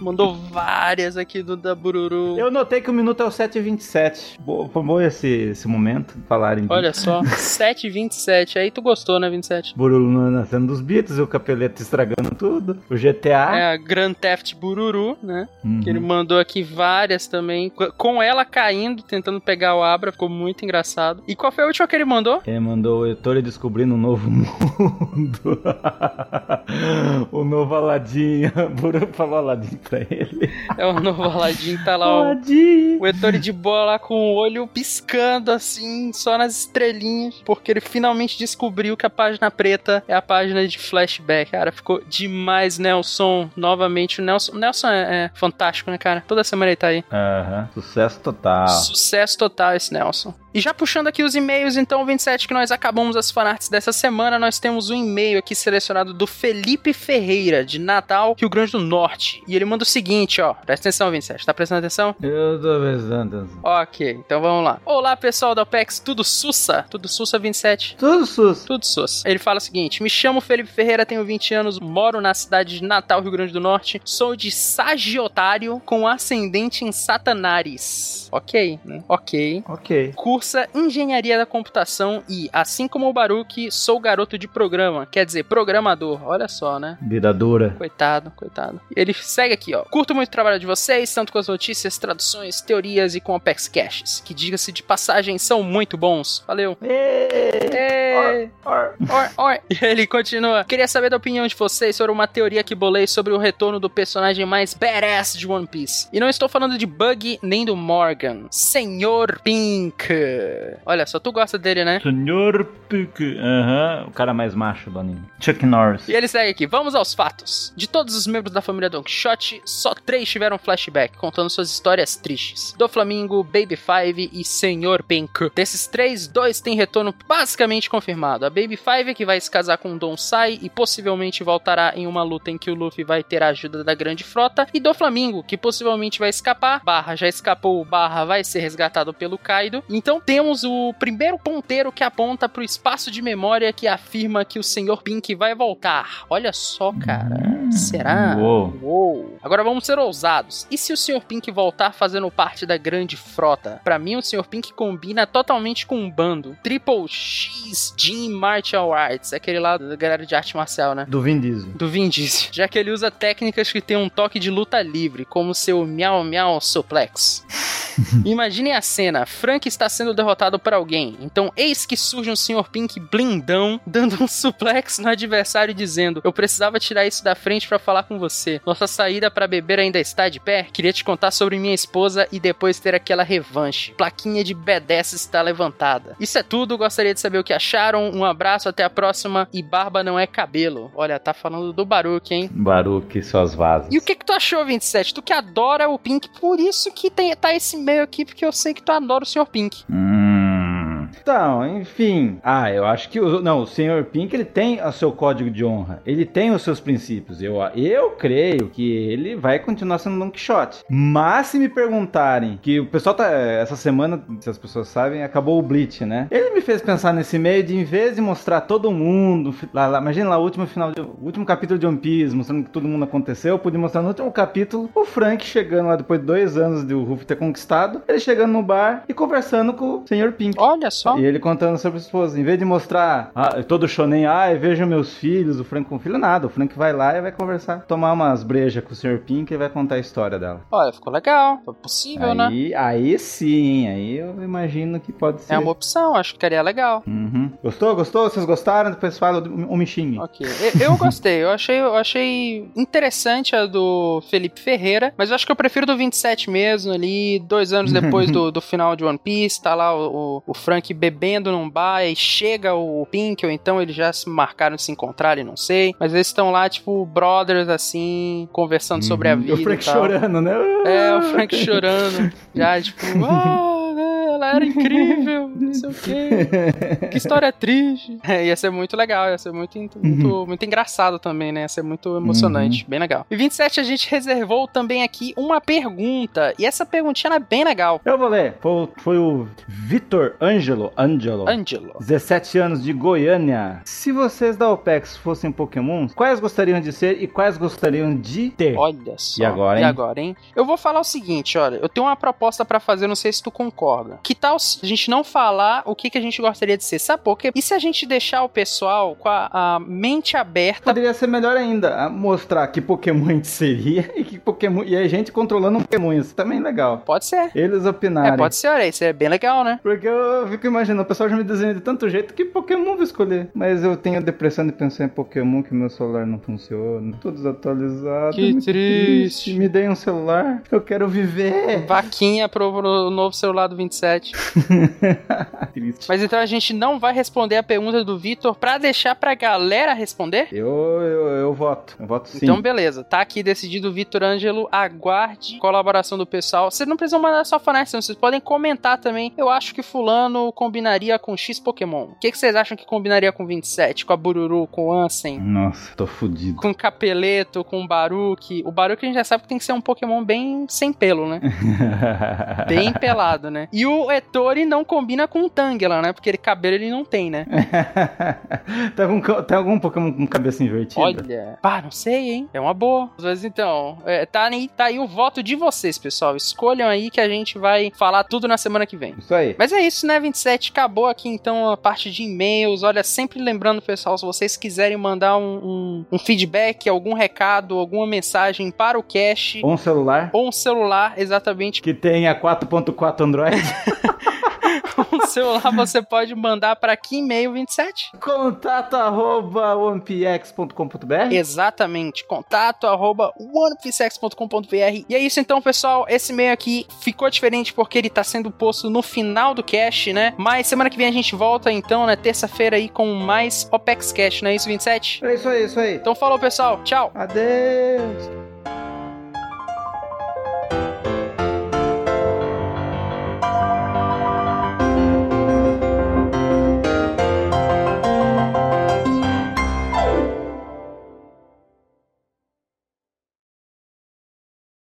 [SPEAKER 1] mandou várias aqui do da Bururu.
[SPEAKER 3] Eu notei que o minuto é o 7h27. Bo- Foi bom esse, esse momento, falarem disso.
[SPEAKER 1] Olha só, 7,27. Aí tu gostou, né, 27?
[SPEAKER 3] Bururu nascendo dos Beatles, o capeleto estragando tudo, o
[SPEAKER 1] É
[SPEAKER 3] GTA.
[SPEAKER 1] a Grand Theft Bururu, né?
[SPEAKER 3] Ah. Uhum.
[SPEAKER 1] Que ele mandou aqui várias também. co- Com ela caindo, tentando pegar o Abra, ficou muito engraçado. E qual foi a última que ele mandou?
[SPEAKER 3] Ele É, mandou eu tô descobrindo um novo mundo. o novo Aladim. O Buru falou Aladim pra ele.
[SPEAKER 1] É o novo Aladdin, tá lá o.
[SPEAKER 3] Aladim!
[SPEAKER 1] O Ettore de boa lá com o olho piscando assim, só nas estrelinhas, porque ele finalmente descobriu que a página preta é a página de flashback, cara. Ficou demais, Nelson. Novamente, o Nelson. O Nelson é, é fantástico, né, cara? Toda semana ele tá aí.
[SPEAKER 3] Aham, sucesso total.
[SPEAKER 1] Sucesso total esse Nelson. E já puxando aqui os e-mails, então, 27, que nós acabamos as fanarts dessa semana, nós temos um e-mail aqui selecionado do Felipe Ferreira, de Natal, Rio Grande do Norte. E ele manda o seguinte, ó. Presta atenção, Vincent. Tá prestando atenção?
[SPEAKER 3] Eu tô pensando.
[SPEAKER 1] Ok, então vamos lá. Olá, pessoal da OPEX, tudo sussa? Tudo sussa, 27?
[SPEAKER 3] Tudo sus.
[SPEAKER 1] Tudo sus. Ele fala o seguinte: me chamo Felipe Ferreira, tenho 20 anos, moro na cidade de Natal, Rio Grande do Norte, sou de Sagiotário com ascendente em Satanares. Ok, né? Ok.
[SPEAKER 3] Ok.
[SPEAKER 1] Cursa Engenharia da Computação e, assim como o Baruque, sou garoto de programa, quer dizer, programador. Olha só, né?
[SPEAKER 3] Vida dura.
[SPEAKER 1] Coitado, coitado. Ele segue aqui, ó. Curto muito o trabalho de vocês, tanto com as notícias, traduções, teorias e com Apex Caches, que diga-se de passagem, são muito bons. Valeu. Ê! Oi, oi. E ele continua. Queria saber da opinião de vocês sobre uma teoria que bolei sobre o retorno do personagem mais badass de One Piece. E não estou falando de Buggy nem do Morgan. Senhor Pink. Olha só, tu gosta dele, né?
[SPEAKER 3] Senhor Pique. Aham, o cara mais macho do anime. Chuck Norris.
[SPEAKER 1] E ele segue aqui, vamos aos fatos. De todos os membros da família Don Quixote, só três tiveram flashback, contando suas histórias tristes. Do Flamingo, Baby Five e Senhor Pink. Desses três, dois têm retorno basicamente confirmado. A Baby Five, que vai se casar com Don Sai e possivelmente voltará em uma luta em que o Luffy vai ter a ajuda da Grande Frota. E do Flamingo, que possivelmente vai escapar, barra já escapou, barra vai ser resgatado pelo Kaido. Então temos o primeiro ponteiro que aponta pro espaço de memória que afirma que o Senhor Pink vai voltar. Olha só, cara. Será?
[SPEAKER 3] Uou.
[SPEAKER 1] Uou. Agora vamos ser ousados. E se o Sr. Pink voltar fazendo parte da grande frota? Pra mim, o Sr. Pink combina totalmente com um bando. Triple X Jean Martial Arts. Aquele lá da galera de arte marcial, né?
[SPEAKER 3] Do Vin Diesel.
[SPEAKER 1] Do Vin Diesel. Já que ele usa técnicas que tem um toque de luta livre, como seu Miau Miau Suplex. Imaginem a cena: Frank está sendo derrotado por alguém. Então, eis que surge um Sr. Pink blindão, dando um suplex no adversário e dizendo: Eu precisava tirar isso da frente pra falar com você. Nossa saída pra beber ainda está de pé? Queria te contar sobre minha esposa e depois ter aquela revanche. Plaquinha de BDS está levantada. Isso é tudo, gostaria de saber o que acharam. Um abraço, até a próxima. E barba não é cabelo. Olha, tá falando do Baruque, hein?
[SPEAKER 3] Baruque e suas vazas.
[SPEAKER 1] E o que que tu achou, 27? Tu que adora o Pink, por isso que tem, tá esse meio aqui, porque eu sei que tu adora o Sr. Pink.
[SPEAKER 3] Hum. Então, enfim. Ah, eu acho que o, não, o Sr. Pink ele tem o seu código de honra, ele tem os seus princípios. Eu, eu creio que ele vai continuar sendo um Don Quixote. Mas se me perguntarem, que o pessoal tá essa semana, se as pessoas sabem, acabou o Bleach, né? Ele me fez pensar nesse meio de em vez de mostrar todo mundo, fi- lá, lá, imagina lá o último final, de- o último capítulo de One Piece, mostrando que todo mundo aconteceu, eu pude mostrar no último capítulo o Frank chegando lá depois de dois anos de o Ruff ter conquistado, ele chegando no bar e conversando com o Sr. Pink.
[SPEAKER 1] Olha só.
[SPEAKER 3] E ele contando sobre a esposa. Em vez de mostrar ah, todo shonen, ah, vejo meus filhos, o Frank com filho, nada. O Frank vai lá e vai conversar, tomar umas brejas com o Sr. Pink e vai contar a história dela.
[SPEAKER 1] Olha, ficou legal. Foi possível, né?
[SPEAKER 3] Aí, aí sim, aí eu imagino que pode ser.
[SPEAKER 1] É uma opção, acho que ficaria legal.
[SPEAKER 3] Uhum. Gostou? Gostou? Vocês gostaram? Depois fala um, o Michinho.
[SPEAKER 1] Ok. Eu, eu gostei, eu achei, eu achei interessante a do Felipe Ferreira, mas eu acho que eu prefiro do 27 mesmo ali, dois anos depois do, do final de One Piece, tá lá o, o- o Frank bebendo num bar e chega o Pink, ou então eles já se marcaram de se encontrar, não sei. Mas eles estão lá, tipo, brothers assim, conversando sobre a vida.
[SPEAKER 3] Uhum. o Frank
[SPEAKER 1] e tal.
[SPEAKER 3] chorando, né?
[SPEAKER 1] É, o Frank chorando. Já, tipo, ah, né, ela era incrível, não sei o quê. Que história triste. É, ia ser muito legal, ia ser muito,
[SPEAKER 3] Uhum.
[SPEAKER 1] muito, muito engraçado também, né? Ia ser muito emocionante, bem legal. E 27 a gente reservou também aqui uma pergunta. E essa perguntinha é bem legal.
[SPEAKER 3] Eu vou ler. Foi, foi o Vitor Ângelo. Ângelo.
[SPEAKER 1] Ângelo.
[SPEAKER 3] 17 anos de Goiânia. Se vocês da OPEX fossem Pokémon, quais gostariam de ser e quais gostariam de ter?
[SPEAKER 1] Olha só.
[SPEAKER 3] E agora,
[SPEAKER 1] E
[SPEAKER 3] hein?
[SPEAKER 1] agora, hein? Eu vou falar o seguinte, olha. Eu tenho uma proposta pra fazer, não sei se tu concorda. Que tal se a gente não falar o que, que a gente gostaria de ser? Sabe por quê? E se a gente deixar o pessoal com a, a mente aberta
[SPEAKER 3] Poderia ser melhor ainda, a mostrar que Pokémon a gente seria e que Pokémon e a gente controlando um Pokémon, isso também é legal.
[SPEAKER 1] Pode ser.
[SPEAKER 3] Eles opinarem.
[SPEAKER 1] É, pode ser, olha, isso é bem legal, né?
[SPEAKER 3] Porque eu fico imaginando, o pessoal já me desenha de tanto jeito que Pokémon vou escolher. Mas eu tenho depressão de pensar em Pokémon, que meu celular não funciona, tudo desatualizado.
[SPEAKER 1] Que
[SPEAKER 3] muito
[SPEAKER 1] triste.
[SPEAKER 3] Me dei um celular, eu quero viver.
[SPEAKER 1] Vaquinha pro, pro novo celular do 27. Exatamente.
[SPEAKER 3] Tá
[SPEAKER 1] Mas então a gente não vai responder a pergunta do Vitor pra deixar pra galera responder?
[SPEAKER 3] Eu, eu, eu voto. Eu voto sim.
[SPEAKER 1] Então, beleza. Tá aqui decidido, Vitor Ângelo. Aguarde colaboração do pessoal. Vocês não precisam mandar só fanart, não. vocês podem comentar também. Eu acho que fulano combinaria com X Pokémon. O que, que vocês acham que combinaria com 27? Com a Bururu, com o Ansem?
[SPEAKER 3] Nossa, tô fudido.
[SPEAKER 1] Com o Capeleto, com o Baruque. O Baruque a gente já sabe que tem que ser um Pokémon bem sem pelo, né? bem pelado, né? E o Ettore não combina com o Tangela, né? Porque ele cabelo ele não tem, né?
[SPEAKER 3] tem, algum, tem tá algum Pokémon com cabeça invertida?
[SPEAKER 1] Olha, pá, não sei, hein? É uma boa. Mas então, é, tá, aí, tá aí o voto de vocês, pessoal. Escolham aí que a gente vai falar tudo na semana que vem.
[SPEAKER 3] Isso aí.
[SPEAKER 1] Mas é isso, né, 27? Acabou aqui então a parte de e-mails. Olha, sempre lembrando, pessoal, se vocês quiserem mandar um, um, um feedback, algum recado, alguma mensagem para o cache.
[SPEAKER 3] Ou um celular.
[SPEAKER 1] Ou um celular, exatamente.
[SPEAKER 3] Que tenha 4.4 Android.
[SPEAKER 1] o um celular você pode mandar para que e-mail 27?
[SPEAKER 3] Contato arroba onepx.com.br
[SPEAKER 1] Exatamente, contato arroba onepx.com.br E é isso então, pessoal. Esse e-mail aqui ficou diferente porque ele tá sendo posto no final do cast, né? Mas semana que vem a gente volta então, né? Terça-feira aí com mais OPEX Cash, não é isso, 27?
[SPEAKER 3] É isso aí, é isso aí.
[SPEAKER 1] Então falou, pessoal. Então, Tchau.
[SPEAKER 3] Adeus.